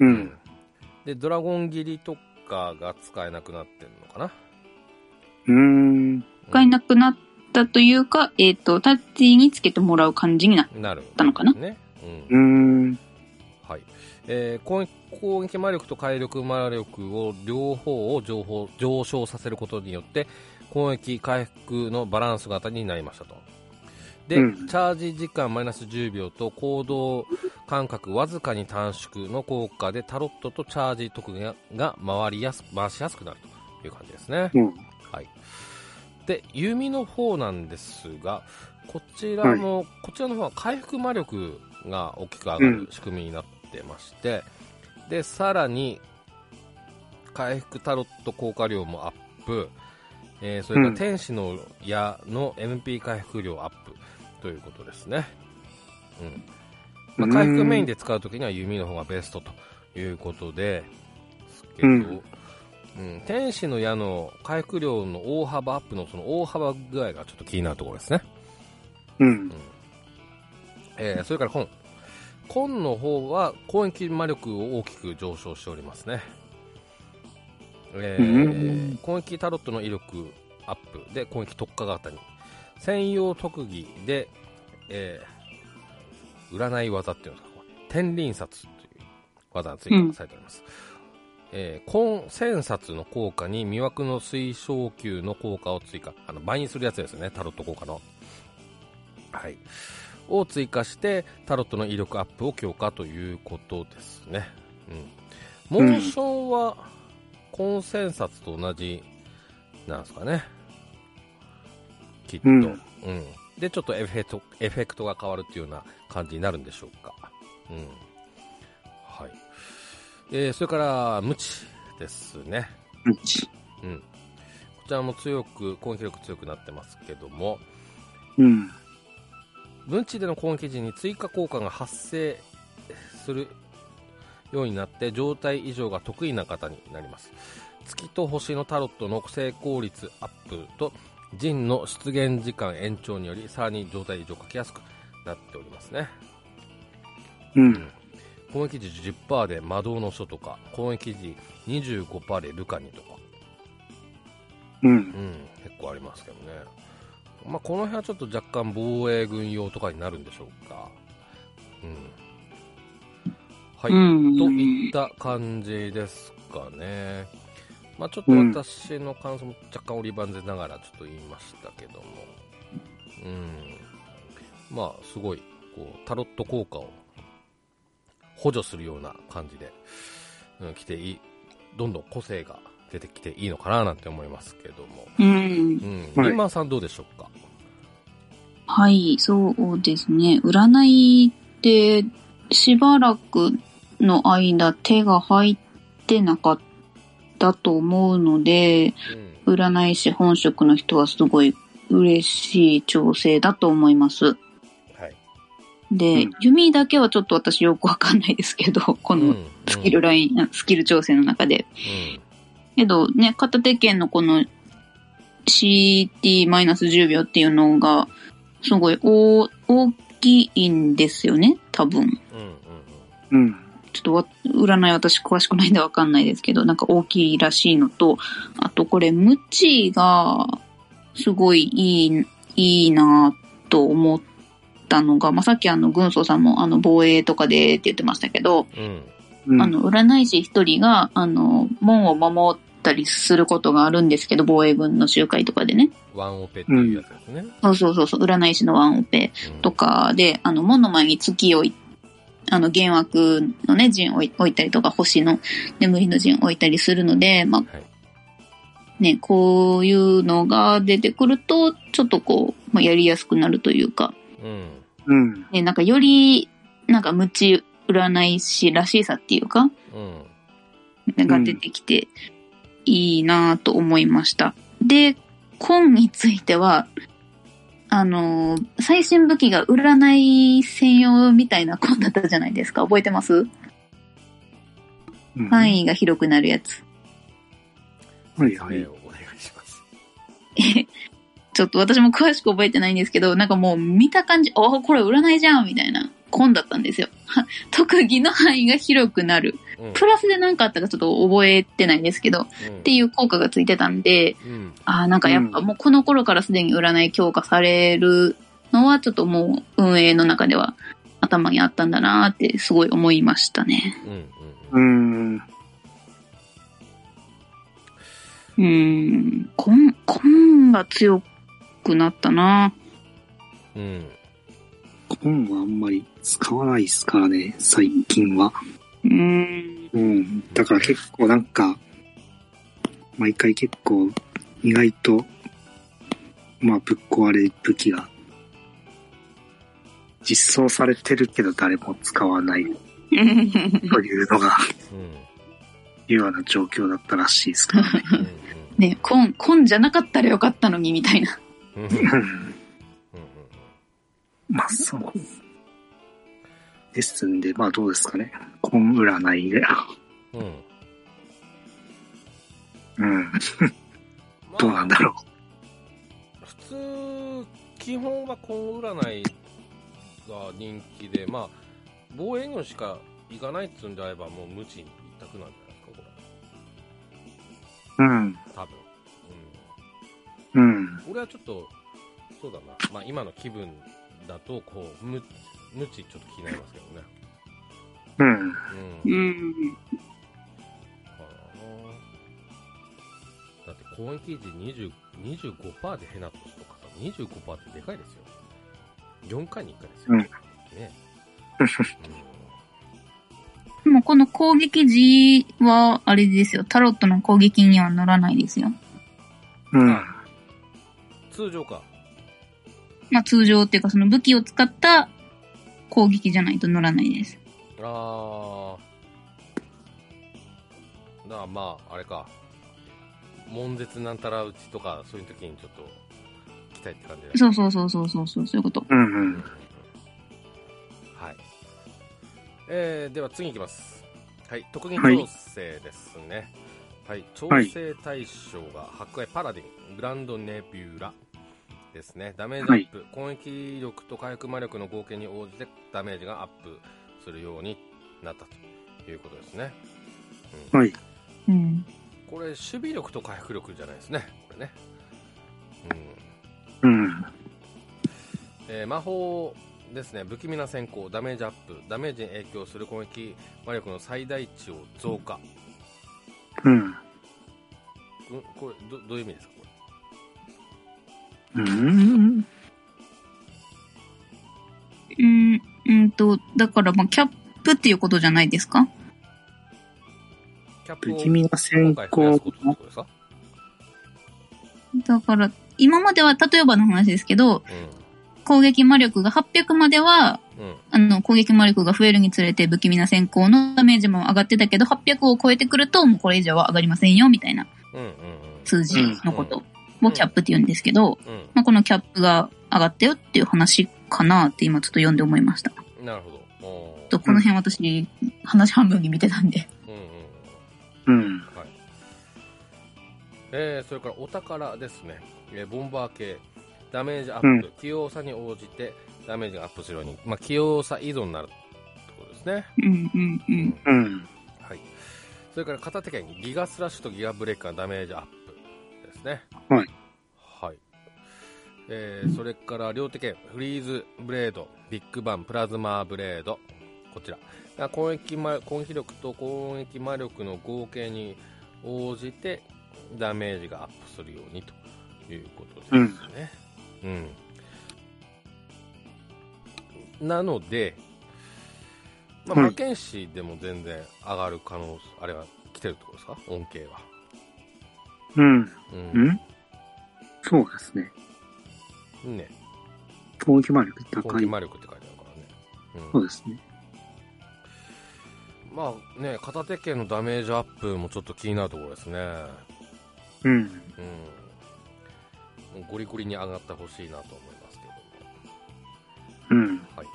うん。で、ドラゴン斬りとかが使えなくなってるのかなうん。使えなくなったというか、えっ、と、タッチにつけてもらう感じになる。なる、たのかなね。うんうーん。はいえー攻撃攻撃魔力と回力魔力を両方を上方上昇させることによって攻撃回復のバランス型になりましたとで、うんチャージ時間マイナス10秒と行動間隔わずかに短縮の効果でタロットとチャージ特技が回りやす回しやすくなるという感じですね。うん。はい。で、弓の方なんですが、こちらも、こちらの方は回復魔力が大きく上がる仕組みになってまして、で、さらに、回復タロット効果量もアップ、えーそれかうらん天使の矢の MP 回復量アップということですね。うん。まあ、回復メインで使うときには弓の方がベストということで、ですけど、ううんん天使の矢の回復量の大幅アップのその大幅具合がちょっと気になるところですね。うん。えーそれから紺。紺の方は攻撃魔力を大きく上昇しておりますね。えーうん攻撃タロットの威力アップで攻撃特化型に。専用特技で、えー占い技っていうんですか、これ天輪殺という技が追加されております。えー、コンセンサツの効果に魅惑の推奨級の効果を追加。あの、倍にするやつですね。タロット効果の。はい。を追加して、タロットの威力アップを強化ということですね。うん。モーションは、コンセンサツと同じ、なんですかね。きっと。ううんん。で、ちょっとエフェクト、エフェクトが変わるっていうような感じになるんでしょうか。うん。はい。えーそれから、無知ですね。うん。うん。こちらも強く、攻撃力強くなってますけども、うん。分地での攻撃時に追加効果が発生するようになって状態異常が得意な方になります月と星のタロットの成功率アップと陣の出現時間延長によりさらに状態異常を書きやすくなっておりますねうん。攻撃時10%で魔導の書とか攻撃時25%でルカニとかうんう。ん、結構ありますけどね、まあ、この辺はちょっと若干防衛軍用とかになるんでしょうか、うんはいうんといった感じですかね、まあ、ちょっと私の感想も若干折り番ぜながらちょっと言いましたけども、うんまあ、すごいこうタロット効果を補助するような感じで、うん、来ていいどんどん個性が出てきていいのかななんて思いますけども。うんう。ん。はいリンマンさんどうでしょうかはい、そうですね。占いって、しばらくの間手が入ってなかったと思うので、うん。占い師本職の人はすごい嬉しい調整だと思います。はい。で、うん弓だけはちょっと私よくわかんないですけど、こうんうのんスキルライン、あスキル調整の中で。けどね、片手剣のこの CT-10 秒っていうのが、すごい大大きいんですよね、多分。うん。うん。うん。うん。ちょっとわ占い私詳しくないんでわかんないですけど、なんか大きいらしいのと、あとこれ、無知が、すごいいい、いいなと思ったのが、まあ、さっきあの、軍曹さんもあの、防衛とかでって言ってましたけど、うん。うん。あの、占い師一人が、あの、門を守ったりすることがあるんですけど、防衛軍の集会とかでね。ワンオペっていうやつですね。そうそうそうそう、占い師のワンオペうんと。かで、あの、門の前に月をい、あの、幻惑のね、陣を置い置いたりとか、星の眠りの陣を置いたりするので、まはいあ、ね、こういうのが出てくると、ちょっとこう、まあ、やりやすくなるというか、うん。うん。ね、なんかより、なんか無知占い師らしさっていうか、うん。が出てきていいなぁと思いました。で、今については、あのー最新武器が占い専用みたいなコンだったじゃないですか。覚えてますうん範。囲が広くなるやつ。はいはい説。明をお願いします。ちょっと私も詳しく覚えてないんですけど、なんかもう見た感じ、ああ、これ占いじゃんみたいなコンだったんですよ。 は特技の範囲が広くなる。うん。プラスで何かあったかちょっと覚えてないんですけど、っていう効果がついてたんで、うん。ああ、なんかやっぱうんもうこの頃からすでに占い強化されるのは、ちょっともう運営の中では頭にあったんだなーってすごい思いましたね。うん。うん。うん。うん。うーん。コン、コンが強くなったなうん。本はあんまり使わないですからね、最近は。うん。うん。だから結構なんか、毎回結構、意外と、まあ、ぶっ壊れ武器が、実装されてるけど誰も使わないというのが、いうような状況だったらしいですからね。ね、コン、コンじゃなかったらよかったのにみたいな。うん。うん。うんまあ、そう。ですんで、まあ、どうですかね。コン占いで。うん。うん。うん。どうなんだろう。普通、基本はこう占いが人気で、まあ、防衛軍しか行かないっつうんであれば、もう無知一択なんじゃないですか、こうん。れ。多分。うん。うん。俺はちょっと、そうだな。まあ、今の気分だと、こう、無、無知ちょっと気になりますけどね。うん。うん。ん。かなだって公演記事20 25%でヘナトスとかさ25%ってでかいですよ4回に1回ですよ、うんねでもこの攻撃時は、あれですよ。タロットの攻撃には乗らないですよ。うん。うん通常かまあ通常っていうかその武器を使った攻撃じゃないと乗らないです。あーだからまああれか悶絶なんたらうちとかそういう時にちょっと来たいって感じだねそうそうそうそうそうそう、そういうこと。うんううんん。はい。えー、では次いきます。はい、特技はい調整ですね。はい、調整対象が迫害パラディン、グランドネビューラですね。ダメージアップ、攻撃力と回復魔力の合計に応じてダメージがアップするようになったということですね。うんはい。うん。これ、守備力と回復力じゃないですね。これね。うん。うん。えー魔法ですね不気味な先行ダメージアップダメージに影響する攻撃魔力の最大値を増加、うん。うん、これどどういう意味ですかこうん。うん、うんと、だからまあキャップっていうことじゃないですかれキャップ不を気味な先今回増や行すことってことですか、だから、今までは例えばの話ですけど、攻撃魔力が800までは、うんうん、あの、攻撃魔力が増えるにつれて不気味な先行のダメージも上がってたけど、800を超えてくるともうこれ以上は上がりませんよ、みたいなうんうんうん数字のことをキャップって言うんですけど、うんまあ、このキャップが上がったよっていう話かなって今ちょっと読んで思いました。うんなるほどおーとこの辺私、話半分に見てたんで。うんうんうん。うんはいえー、それからお宝ですね、えーボンバー系ダメージアップ、うん器用さに応じてダメージがアップするように、まあ、器用さ依存になるってことですね、うんうんう。うんうん。はい、それから片手剣ギガスラッシュとギガブレークがダメージアップですねはい、はいえー、それから両手剣フリーズブレードビッグバンプラズマブレードこちらが攻撃魔攻撃力と攻撃魔力の合計に応じてダメージがアップするようにということですね、うんなので、まあ、はい魔剣士でも全然上がる可能性、あれは来てるってことですか恩恵は。うん。うん。んそうですね。ね。攻撃魔力攻高撃い。魔力って書いてあるからね。うそんうですね。まあね、片手剣のダメージアップもちょっと気になるところですね。うん。うん。ゴリゴリに上がってほしいなと思いますけども。うん。はい。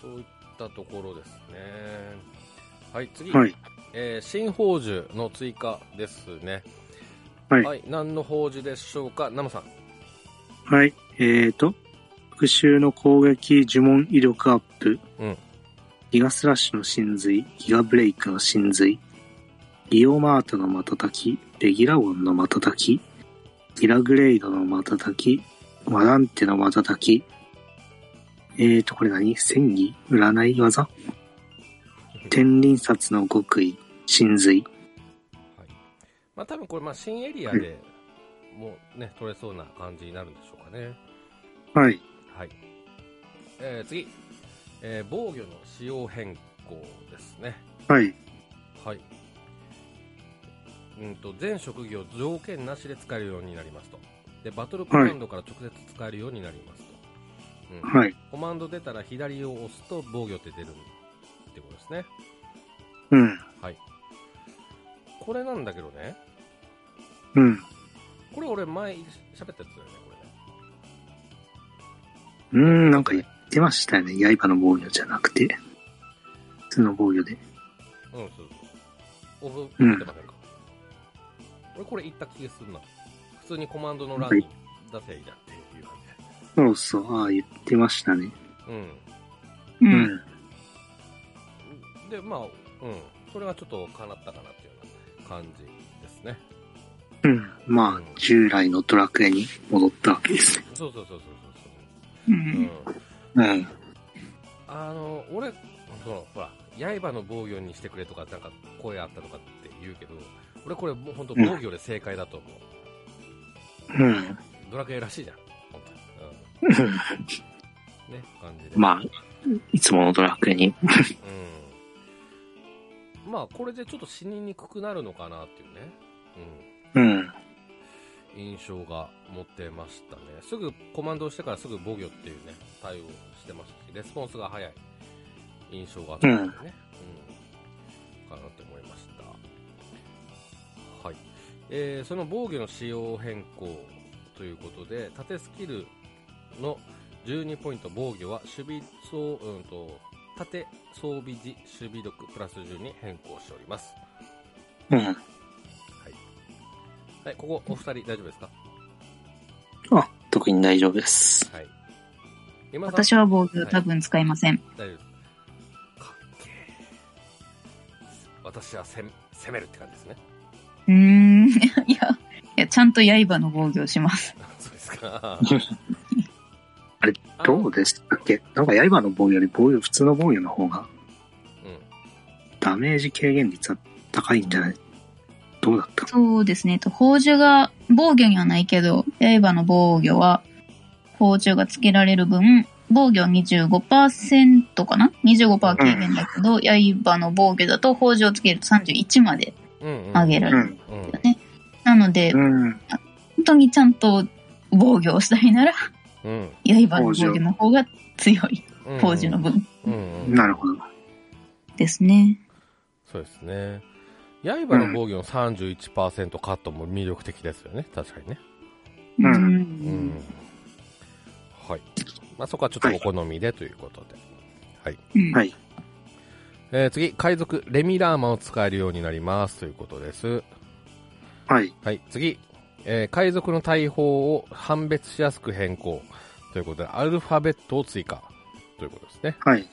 そういったところですね。はい、次。はい。えー新宝珠の追加ですね。はい何の宝珠でしょうかナムさん。はい。えーと、復讐の攻撃、呪文威力アップ。うんギガスラッシュの真髄、ギガブレイクの真髄、ギオマートの瞬き、レギラゴンの瞬き、ギラグレイドの瞬き、マダンテの瞬き。えーと、これ何戦技占 い技天輪札の極意、真髄。まあ多分これ、まあ新エリアでもうね、取れそうな感じになるんでしょうかね。はい。はい。えー次、えー防御の仕様変更ですね。はい。はい。うんと、全職業条件なしで使えるようになりますと。で、バトルコマンドから直接使えるようになりますと。うんはい。コマンド出たら左を押すと防御って出るってことですね。うん。はい。これなんだけどね、うん。これ俺前喋ったやつだよね、これね。うん、なんか言ってましたよね。刃の防御じゃなくて。普通の防御で。うん、そうそう。覚うんえてませんか、俺これ言った気がするな。普通にコマンドの欄に出せばいいじゃんっていう感そうそう。ああ、言ってましたね。じ。うん。う。うんん。でまあうんそれはちょっとかなったかなっていうような感じですねうん。まあ、従来のドラクエに戻ったわけですね。そうそうそうそううそうそう、ん。うん、うん。あの俺そのほら刃の防御にしてくれとかなんか声あったとかって言うけど俺これもう本当うん防御で正解だと思う、うん。ドラクエらしいじゃん本当に、うん、ね感じでまあ、いつものドラクエに。うんまあこれでちょっと死ににくくなるのかなっていうねうんうん。印象が持てましたね。すぐコマンドをしてからすぐ防御っていうね、対応してますし、レスポンスが早い印象があったのでね、うん、かなと思いました。はい。えーその防御の仕様変更ということで、縦スキルの12ポイント防御は守備装、うんと、縦装備時守備力プラス10に変更しております。うん。はい、ここお二人大丈夫ですかあ、特に大丈夫です。はい。今私は防具多分使いません。大丈夫ですかっけー私はせん攻めるって感じですね うーん。 いや、いや、ちゃんと刃の防御をします。そうですかあれどうでしたっけなんか刃の防御より防御、普通の防御の方がうダメージ軽減率は高いんじゃないどうだったそうですね。えっと宝珠が、防御にはないけど、刃の防御は、宝珠がつけられる分、防御は25%かな ?25% 軽減だけど、刃の防御だと宝珠をつけると31までんうんうん上げられる。ん。うんなので、うん。本当にちゃんと防御をしたいなら、うん刃の防御の方が強い。うん宝珠の分うんうんなるほど。ですね。そうですね刃の防御の31%カットも魅力的ですよね確かにねうんうん、はいまあそこはちょっとお好みでということで、うんはい。えー次海賊レミラーマを使えるようになりますということですはい。はい、次。えー海賊の大砲を判別しやすく変更。ということで、アルファベットを追加。ということですね。はい。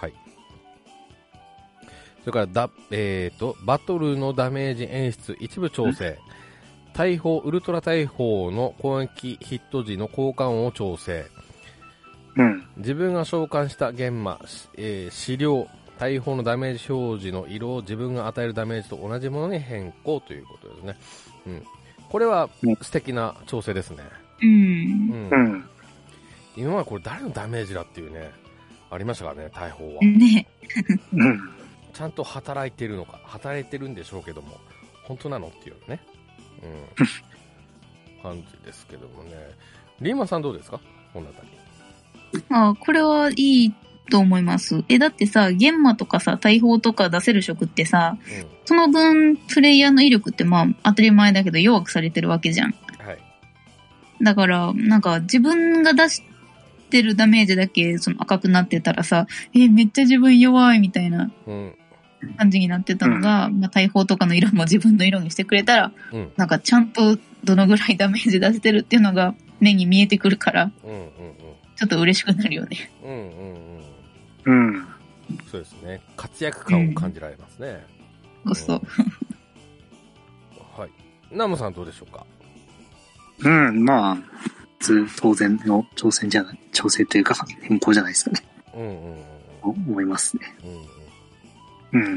はい。それから、だ、えっ、と、バトルのダメージ演出一部調整。大砲、ウルトラ大砲の攻撃ヒット時の交換音を調整。うん。自分が召喚した玄魔、しえー、資料、大砲のダメージ表示の色を自分が与えるダメージと同じものに変更ということですね。うん。これはね素敵な調整ですね。う。うんん。うん。今までこれ誰のダメージだっていうね、ありましたからね、大砲は。ね。うん。ちゃんと働いてるのか、働いてるんでしょうけども、本当なのっていうね。うん。感じですけどもね。リーマさんどうですかこのあたり。あこれはいいと思います。え、だってさ、ゲンマとかさ、大砲とか出せる職ってさ、その分、プレイヤーの威力ってまあ、当たり前だけど弱くされてるわけじゃん。うん。はい。だから、なんか、自分が出してるダメージだけ、その赤くなってたらさ、え、めっちゃ自分弱いみたいなうん。感じになってたのが、まあ、大砲とかの色も自分の色にしてくれたら、うん。なんかちゃんとどのぐらいダメージ出せてるっていうのが目に見えてくるから、うん。うん。うん。ちょっと嬉しくなるよね。うんうんうん。うん。そうですね。活躍感を感じられますね。そうそう。はい。ナムさんどうでしょうかうん。まあ、普通、当然の挑戦じゃない、調整というか変更じゃないですかね。うんうんうんうん。と思いますね。うんうん。うん。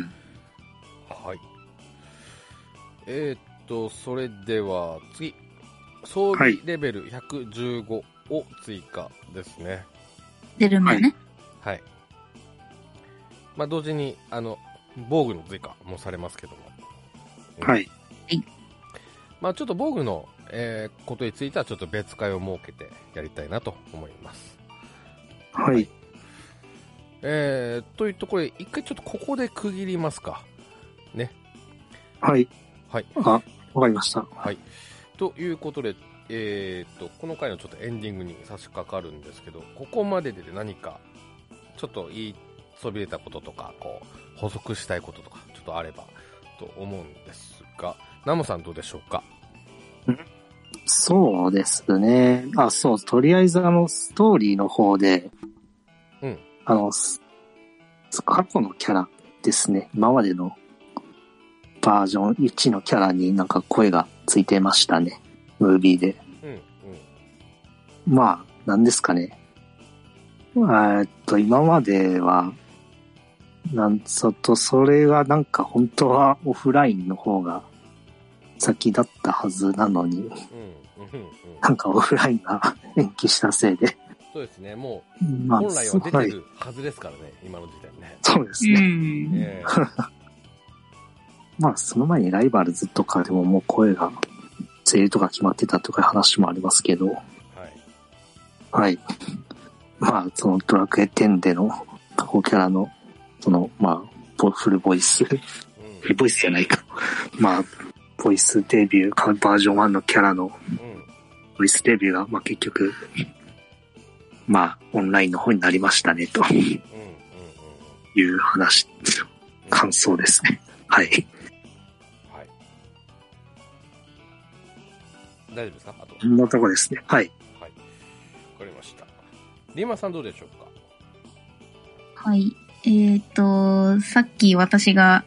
はい。えー、っと、それでは次。装備レベル115を追加ですね。出る目ね。はい。まあ、同時に、あの、防具の追加もされますけども。はい。まあ、ちょっと防具の、えーことについては、ちょっと別会を設けてやりたいなと思います。はい。えー、というところで、一回ちょっとここで区切りますか。はい。はい。あ、わかりました。はい。ということで、えーっと、この回のちょっとエンディングに差し掛かるんですけど、ここまでで何か、ちょっと言いそびれたこととか、こう、補足したいこととか、ちょっとあれば、と思うんですが、ナムさんどうでしょうかそうですね。あ、そう、とりあえずあの、ストーリーの方で、うん。あの、す過去のキャラですね。今までのバージョン1のキャラになんか声がついてましたね。ムービーで。うん、うん。まあ、なんですかね。えーっと、今までは、なんそっと、それがなんか本当はオフラインの方が先だったはずなのに、うん、うん、うん。なんかオフラインが延期したせいで。そうですね、もう、まあ、本来は出はているはずですからね、今の時点で。そうですうね。ん。え ーまあ、その前にライバルズとかでももう声が、声優とか決まってたとかいう話もありますけど、はい。はい。まあ、そのドラクエ10での過去キャラの、その、まあ、ボフルボイスうん、フルボイスじゃないか。まあ、ボイスデビュー、かバージョン1のキャラのうん、ボイスデビューが、まあ結局、まあ、オンラインの方になりましたね、とうん、うん、うん。いう話、感想ですね。はい。はい。大丈夫ですかあとはこ。んなとこですね。はい。はい。わかりました。リーマンさんどうでしょうかはい。えっ、と、さっき私が、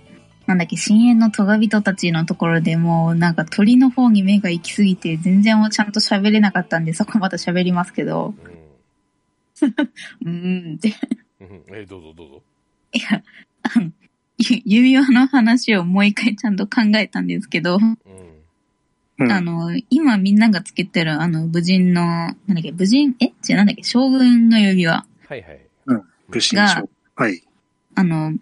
なんだっけ、深淵のトガ人たちのところでもう、なんか鳥の方に目が行きすぎて、全然ちゃんと喋れなかったんで、そこまた喋りますけど、ううーんって、んうん。え、どうぞどうぞ。いや、あの、ゆ指輪の話をもう一回ちゃんと考えたんですけど、うん。うんあの、今みんながつけてる、あの、武人の、なんだっけ、武人、え違う、なんだっけ、将軍の指輪。はいはい。武士の紹介はい。あの、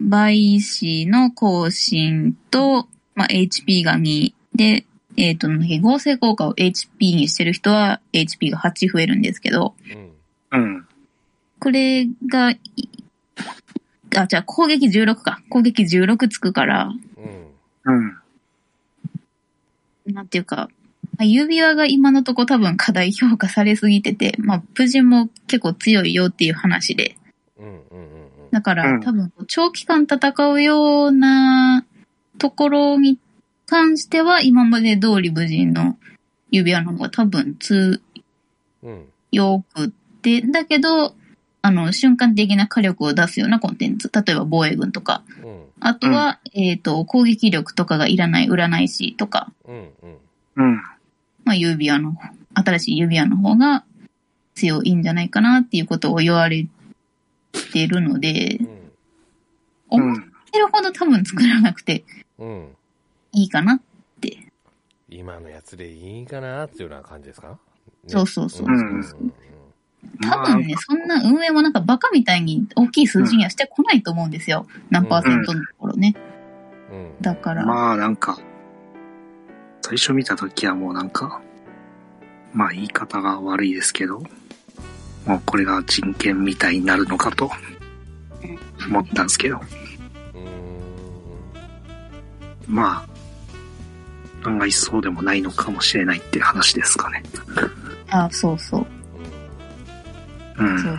倍氏の更新と、まあ、HP が2で、えっ、と、なんだっけ合成効果を HP にしてる人は HP が8増えるんですけど、うん。うん。これがい、あ、じゃあ攻撃16か。攻撃16つくから、うん。うん。なんていうか、まあ指輪が今のとこ多分課題評価されすぎてて、まあ、無人も結構強いよっていう話で、うんうんうんうん。だから、うん多分長期間戦うようなところに関しては今まで通り無人の指輪の方が多分強うん。くって、だけど、あの、瞬間的な火力を出すようなコンテンツ。例えば防衛軍とか。うん。あとは、えっ、と、攻撃力とかがいらない占い師とか、うん。うん。うん。まあ、指輪の、新しい指輪の方が強いんじゃないかなっていうことを言われてるのでう、ん。う思っん。てるほど多分作らなくてうん。いいかな。今のやつでいいかなっていうような感じですかそうそうそう。うん多分ね、そんな運営もなんかバカみたいに大きい数字にはしてこないと思うんですよ。何パーセントのところね。うん。だから、まあ、なんか、最初見た時はもうなんか、まあ言い方が悪いですけど、もうこれが人権みたいになるのかと思ったんですけど、うん。まあ、案外そうでもないのかもしれないっていう話ですかね。あそうそう。うそんう。そう。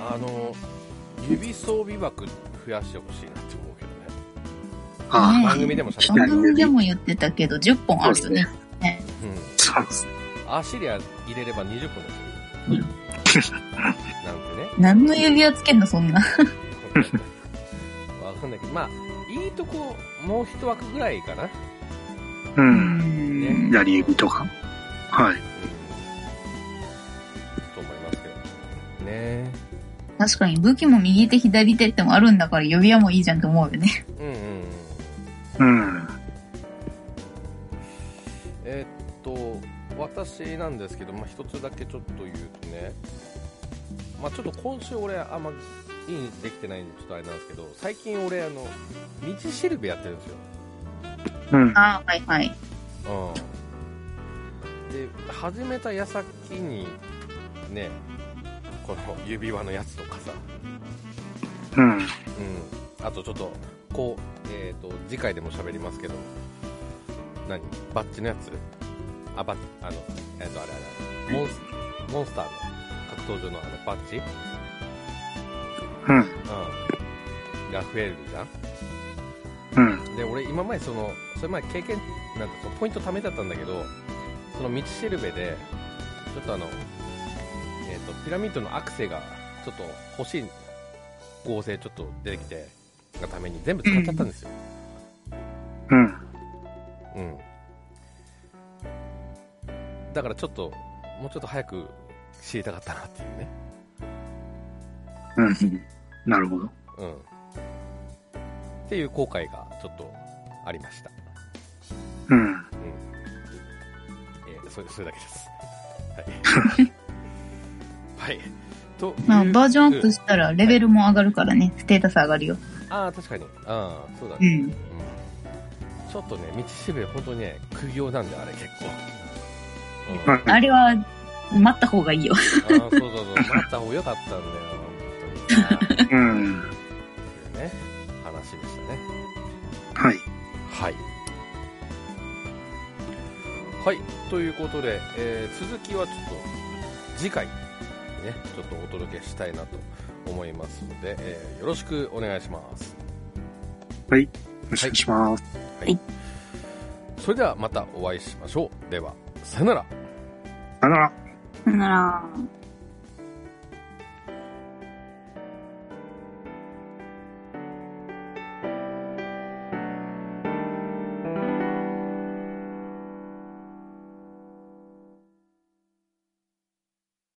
あの、指装備枠増やしてほしいなって思うけどね。ああ、番組でもしゃべ番った。組でも言ってたけど、10本あるよね。うん。そうですね。アシリア入れれば20分ですよ。なんてね。何の指輪つけんの、そんな。わかんないけど、まあ、いいとこ、もう一枠ぐらいかな。う。うんん。左指とか。はい。と思いますけど。ね確かに武器も右手左手ってもあるんだから指輪もいいじゃんと思うよね。うんうんうん。うん。えーっと、私なんですけど、まあ、一つだけちょっと言うとね、まあ、ちょっと今週俺あんまいいできてないんでちょっとあれなんですけど最近俺あの道しるべやってるんですようん。ああ、はいはい。うんで始めた矢先にねこの指輪のやつとかさうん。うん、あとちょっと、こう、えっ、と、次回でも喋りますけど、何バッチのやつあ、バッチ、あの、えっ、と、あれあれ、モンス、モンスターの格闘場のあのバッチうん。うん。が増えるじゃうん。ん。で、俺今前その、それ前経験、なんかそのポイント貯めだったんだけど、その道しるべで、ちょっとあの、えっ、と、ピラミッドのアクセが、ちょっと欲しい合成ちょっと出てきて、がために全部使っちゃったんですよ。うん。うん。だからちょっと、もうちょっと早く知りたかったなっていうね。 うん。なるほど。うん。っていう後悔がちょっとありました。うん。うん。えーそれ、それだけです。 はい。はい。と、まあ、バージョンアップしたらレベルも上がるからね、ステータス上がるよ。ああ、確かに。ああ、そうだうね。ん。うん。ちょっとね、道しるべ、本当にね、苦行なんで、あれ結構。うんはいあれは、待った方がいいよ。ああ、そうそうそう、待った方が良かったんだよ、本 当にさ。うん。っていうね、話でしたね。はい。はい。はい、ということで、えー続きはちょっと次回、ね、ちょっとお届けしたいなと思いますので、えーよろしくお願いします。よろしくお願いします。それではまたお会いしましょう。では、さよなら。さよなら。 なら。